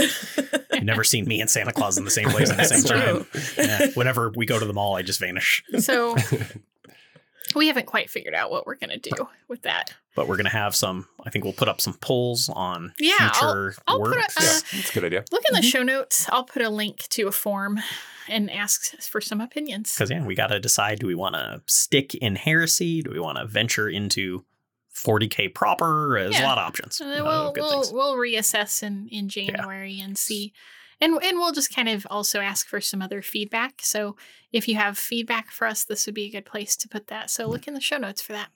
A: you've never seen me and Santa Claus in the same place at the same
E: That's
A: time.
E: true.
A: Yeah. Whenever we go to the mall, I just vanish.
D: so we haven't quite figured out what we're going to do with that
A: But we're gonna have some. I think we'll put up some polls on
D: Yeah, I'll-
A: future
D: I'll put a-
A: works.
C: Yeah,
D: Uh,
C: that's a good idea.
D: look in the show notes i'll put a link to a form and ask for some opinions
A: Because yeah, we got to decide: do we want to stick in heresy? Do we want to venture into 40k proper? There's a
D: Yeah.
A: lot of options.
D: And
A: A
D: then
A: lot of
D: we'll
A: Oh, good
D: we'll,
A: things.
D: we'll reassess in in January and see, and and we'll just kind of also ask for some other feedback. So if you have feedback for us, this would be a good place to put that.
A: Mm.
D: So look in the show notes for that.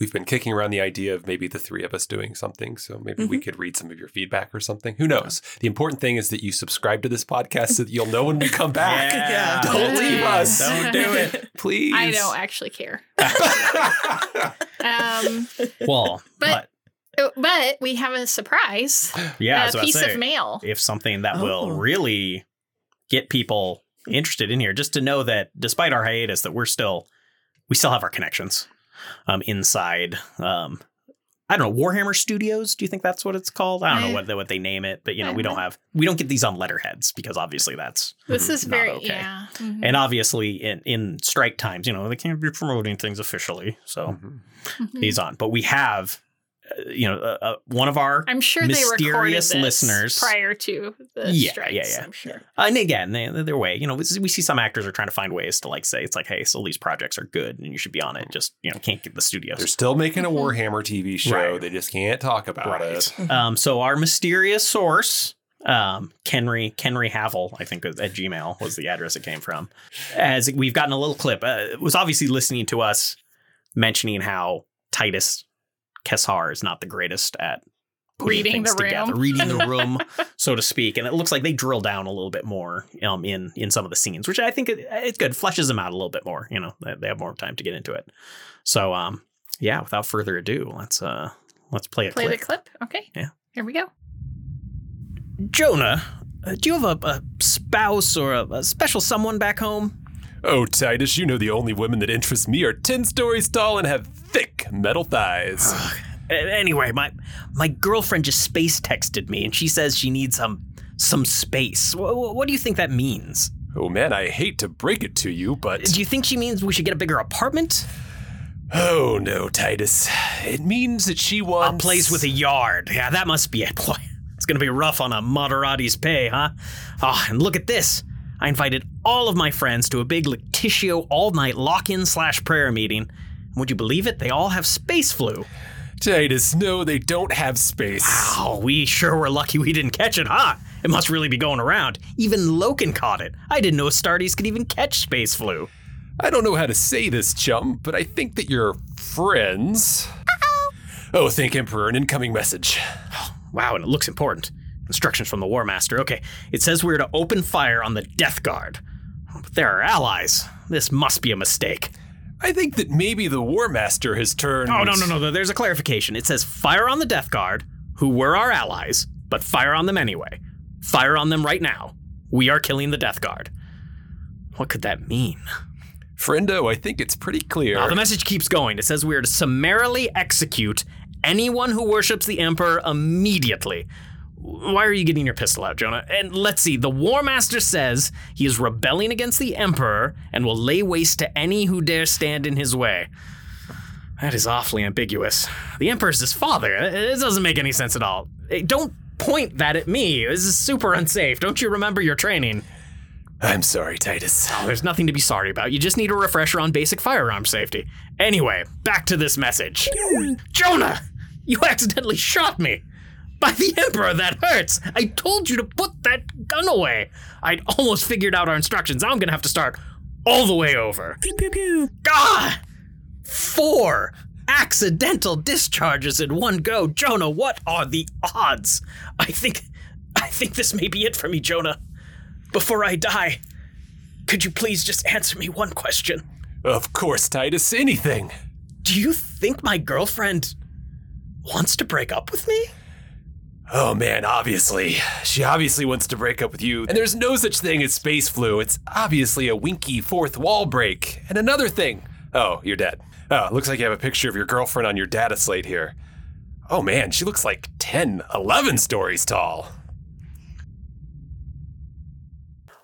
C: We've been kicking around the idea of maybe the three of us doing something. So maybe we could read some of your feedback or something. Who knows? The important thing is that you subscribe to this podcast so that you'll know when we come back.
E: Yeah.
C: Don't leave us.
A: Don't do it.
C: Please.
D: I don't actually care, um,
A: Well, but,
D: But- oh, but we have a surprise,
A: yeah,
D: a
A: so
D: piece
A: I say,
D: of mail.
A: if something that will
E: Oh.
A: really get people interested in here, just to know that despite our hiatus, that we're still we still have our connections um, inside. Um, I don't know Warhammer Studios. Do you think that's what it's called? I don't know
D: I-
A: what what they name it, but you know
D: I
A: we don't
D: don't-
A: have we don't get these on letterheads because obviously that's
D: This is
A: not
D: very
A: okay.
D: yeah. Mhm.
A: and obviously in in strike times you know they can't be promoting things officially, so
C: Mhm.
D: Mhm.
A: these on. But we have uh, you know uh, uh, one of our
D: I'm sure they recorded
A: mysterious
D: this
A: listeners.
D: prior to the
A: Yeah, yeah,
D: strikes.
A: yeah.
D: I'm sure.
A: And again, they, their way, you know, we we see some actors are trying to find ways to like say it's like, hey, so these projects are good and you should be on it. Just you know, can't get the
C: They're
A: studios.
C: still making a Warhammer TV show.
A: Right.
C: They just can't talk about it.
A: Um, so our mysterious source, um, Kenry Kenry Havel, I think at Gmail was the address it came from. As we've gotten a little clip, uh, it was obviously listening to us mentioning how Titus Kessar is not the greatest at putting
D: Reading
A: things
D: the room.
A: together, reading the room, so to speak. And it looks like they drill down a little bit more um, in in some of the scenes, which I think it, it's good. Fleshes them out a little bit more. You know, they, they have more time to get into it. So, um, yeah. Without further ado, let's uh let's play a
D: Play
A: clip.
D: the clip. Okay.
A: Yeah.
D: Here we go.
A: Jonah, uh, do you have a, a spouse or a, a special someone back home?
C: Oh, Titus, you know the only women that interest me are 10 stories tall and have thick metal thighs.
A: A- anyway, my my girlfriend just space texted me, and she says she needs some some space. Wh- wh- what do you think that means?
C: oh, man, I hate to break it to you, but.
A: Do you think she means we should get a bigger apartment?
C: Oh, no, Titus. It means that she
A: A
C: wants.
A: place with a yard. Yeah, that must be it. Boy, it's gonna be rough on a Maserati's pay, huh? Ah, and look at this. I invited all of my friends to a big Lictitio all night lock in slash prayer meeting. And would you believe it? They all have space flu.
C: tight as snow. They don't have space.
A: Wow, Oh, we sure were lucky we didn't catch it, huh? It must really be going around. Even Loken caught it. I didn't know Astartes could even catch space flu.
C: I don't know how to say this, chum, but I think that you're friends. Oh, thank Emperor, an incoming message.
A: Wow, and it looks important. Instructions from the War Master. Okay, it says we're to open fire on the Death Guard. But they're our allies. This must be a mistake.
C: I think that maybe the War Master has turned.
A: Oh, no, no, no, no. There's a clarification. It says fire on the Death Guard, who were our allies, but fire on them anyway. Fire on them right now. We are killing the Death Guard. What could that mean?
C: Friendo, I think it's pretty clear.
A: Now, Uh, the message keeps going. It says we are to summarily execute anyone who worships the Emperor immediately. Why are you getting your pistol out, Jonah? And let's see, the War Master says he is rebelling against the Emperor and will lay waste to any who dare stand in his way. That is awfully ambiguous. The Emperor's his father. It it doesn't make any sense at all. Eh, Don't point that at me. This is super unsafe. Don't you remember your training?
C: I'm sorry, Titus.
A: There's nothing to be sorry about. You just need a refresher on basic firearm safety. Anyway, back to this message. Jonah, you accidentally shot me. By the Emperor, that hurts. I told you to put that gun away. I'd almost figured out our instructions. Now I'm going to have to start all the way over.
E: Pew, pew, pew.
A: God! Four accidental discharges in one go. Jonah, what are the odds? I think I think this may be it for me, Jonah. Before I die, could you please just answer me one question?
C: Of course, Titus, anything.
A: Do you think my girlfriend wants to break up with me?
C: Oh man, obviously. She obviously wants to break up with you. And there's no such thing as space flu. It's obviously a winky fourth wall break. And another thing. Oh, you're dead. Oh, looks like you have a picture of your girlfriend on your data slate here. Oh man, she looks like 10, 11 stories tall.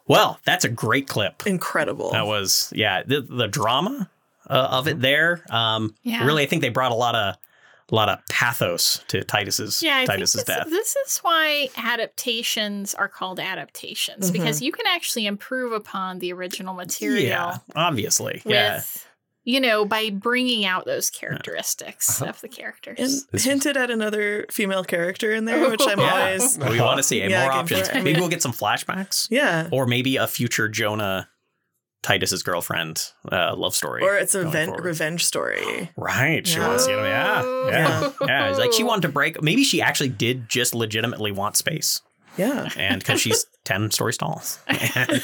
A: Well, that's a great clip.
E: Incredible.
A: That was yeah, the the drama uh, of it there. Um,
D: Yeah.
A: really, I think they brought a lot of a lot of pathos to Titus's
D: Yeah, I think
A: Titus's
D: this,
A: death.
D: this is why adaptations are called adaptations because you can actually improve upon the original material
A: yeah, obviously. Yeah,
D: with, you know, by bringing out those characteristics of the characters.
E: and
C: This-
E: hinted at another female character in there, which I'm
D: Yeah.
E: always
A: we want to see it.
E: Yeah,
A: more
E: I can
A: options.
E: try.
A: Maybe we'll get some flashbacks,
E: yeah.
A: or maybe a future Jonah Titus's girlfriend uh, love story.
E: Or it's a
A: going
E: ven-
A: forward.
E: revenge story.
A: Right, she wants, you know, yeah,
E: Oh.
A: Ah, yeah,
D: Oh.
A: yeah. It's like she wanted to break. Maybe she actually did just legitimately want space,
E: Yeah.
A: and because she's ten stories tall, And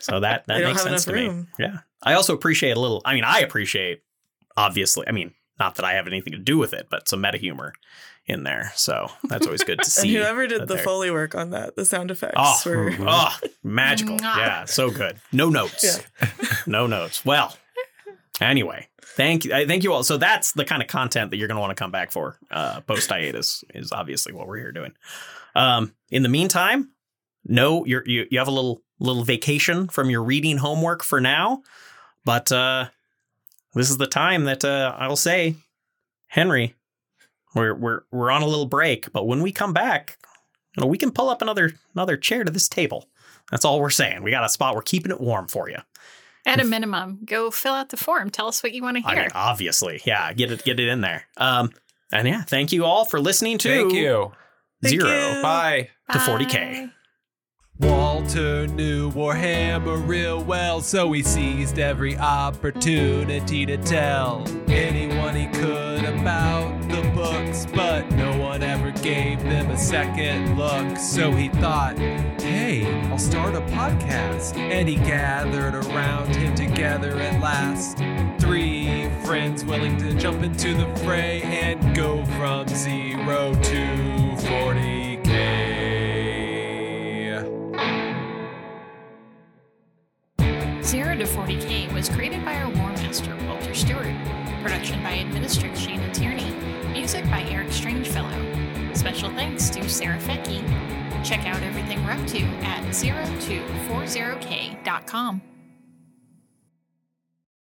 A: so that
E: They
A: that
E: don't
A: makes
E: have
A: sense to
E: enough
A: me.
E: room.
A: Yeah, I also appreciate a little. I mean, I appreciate obviously. I mean, not that I have anything to do with it, but some meta humor in there. So that's always good to
E: And
A: see.
E: whoever
A: that
E: did the
A: they're-
E: foley work on that, the sound effects
A: Oh,
E: were
A: oh, magical.
D: Mwah.
A: Yeah, so good. No notes. no notes. Well, anyway, thank you. I thank you all. So that's the kind of content that you're going to want to come back for. Uh, Post hiatus is obviously what we're here doing. Um, in the meantime, no, you're, you you have a little little vacation from your reading homework for now, but uh, this is the time that uh, I'll say, Henry, we're we're we're on a little break, but when we come back, you know, we can pull up another another chair to this table. That's all we're saying. We got a spot. We're keeping it warm for you.
D: At a minimum, go fill out the form. Tell us what you want to
A: I
D: hear.
A: mean, obviously, yeah. Get it, get it in there. Um, and yeah, thank you all for listening to
C: Thank you.
E: Thank
A: Zero
E: you.
C: Bye.
A: to 40k.
D: Bye.
B: Walter knew Warhammer real well, so he seized every opportunity to tell anyone he could about the books, but no one ever gave them a second look. So he thought, hey, I'll start a podcast. And he gathered around him together at last. Three friends willing to jump into the fray and go from zero to 40k.
D: Zero to 40K was created by our War Master, Walter Stewart. Production by Administrator Shannon Tierney. Music by Eric Strangefellow. Special thanks to Sarah Fetke. Check out everything we're up to at zero to 40K.com.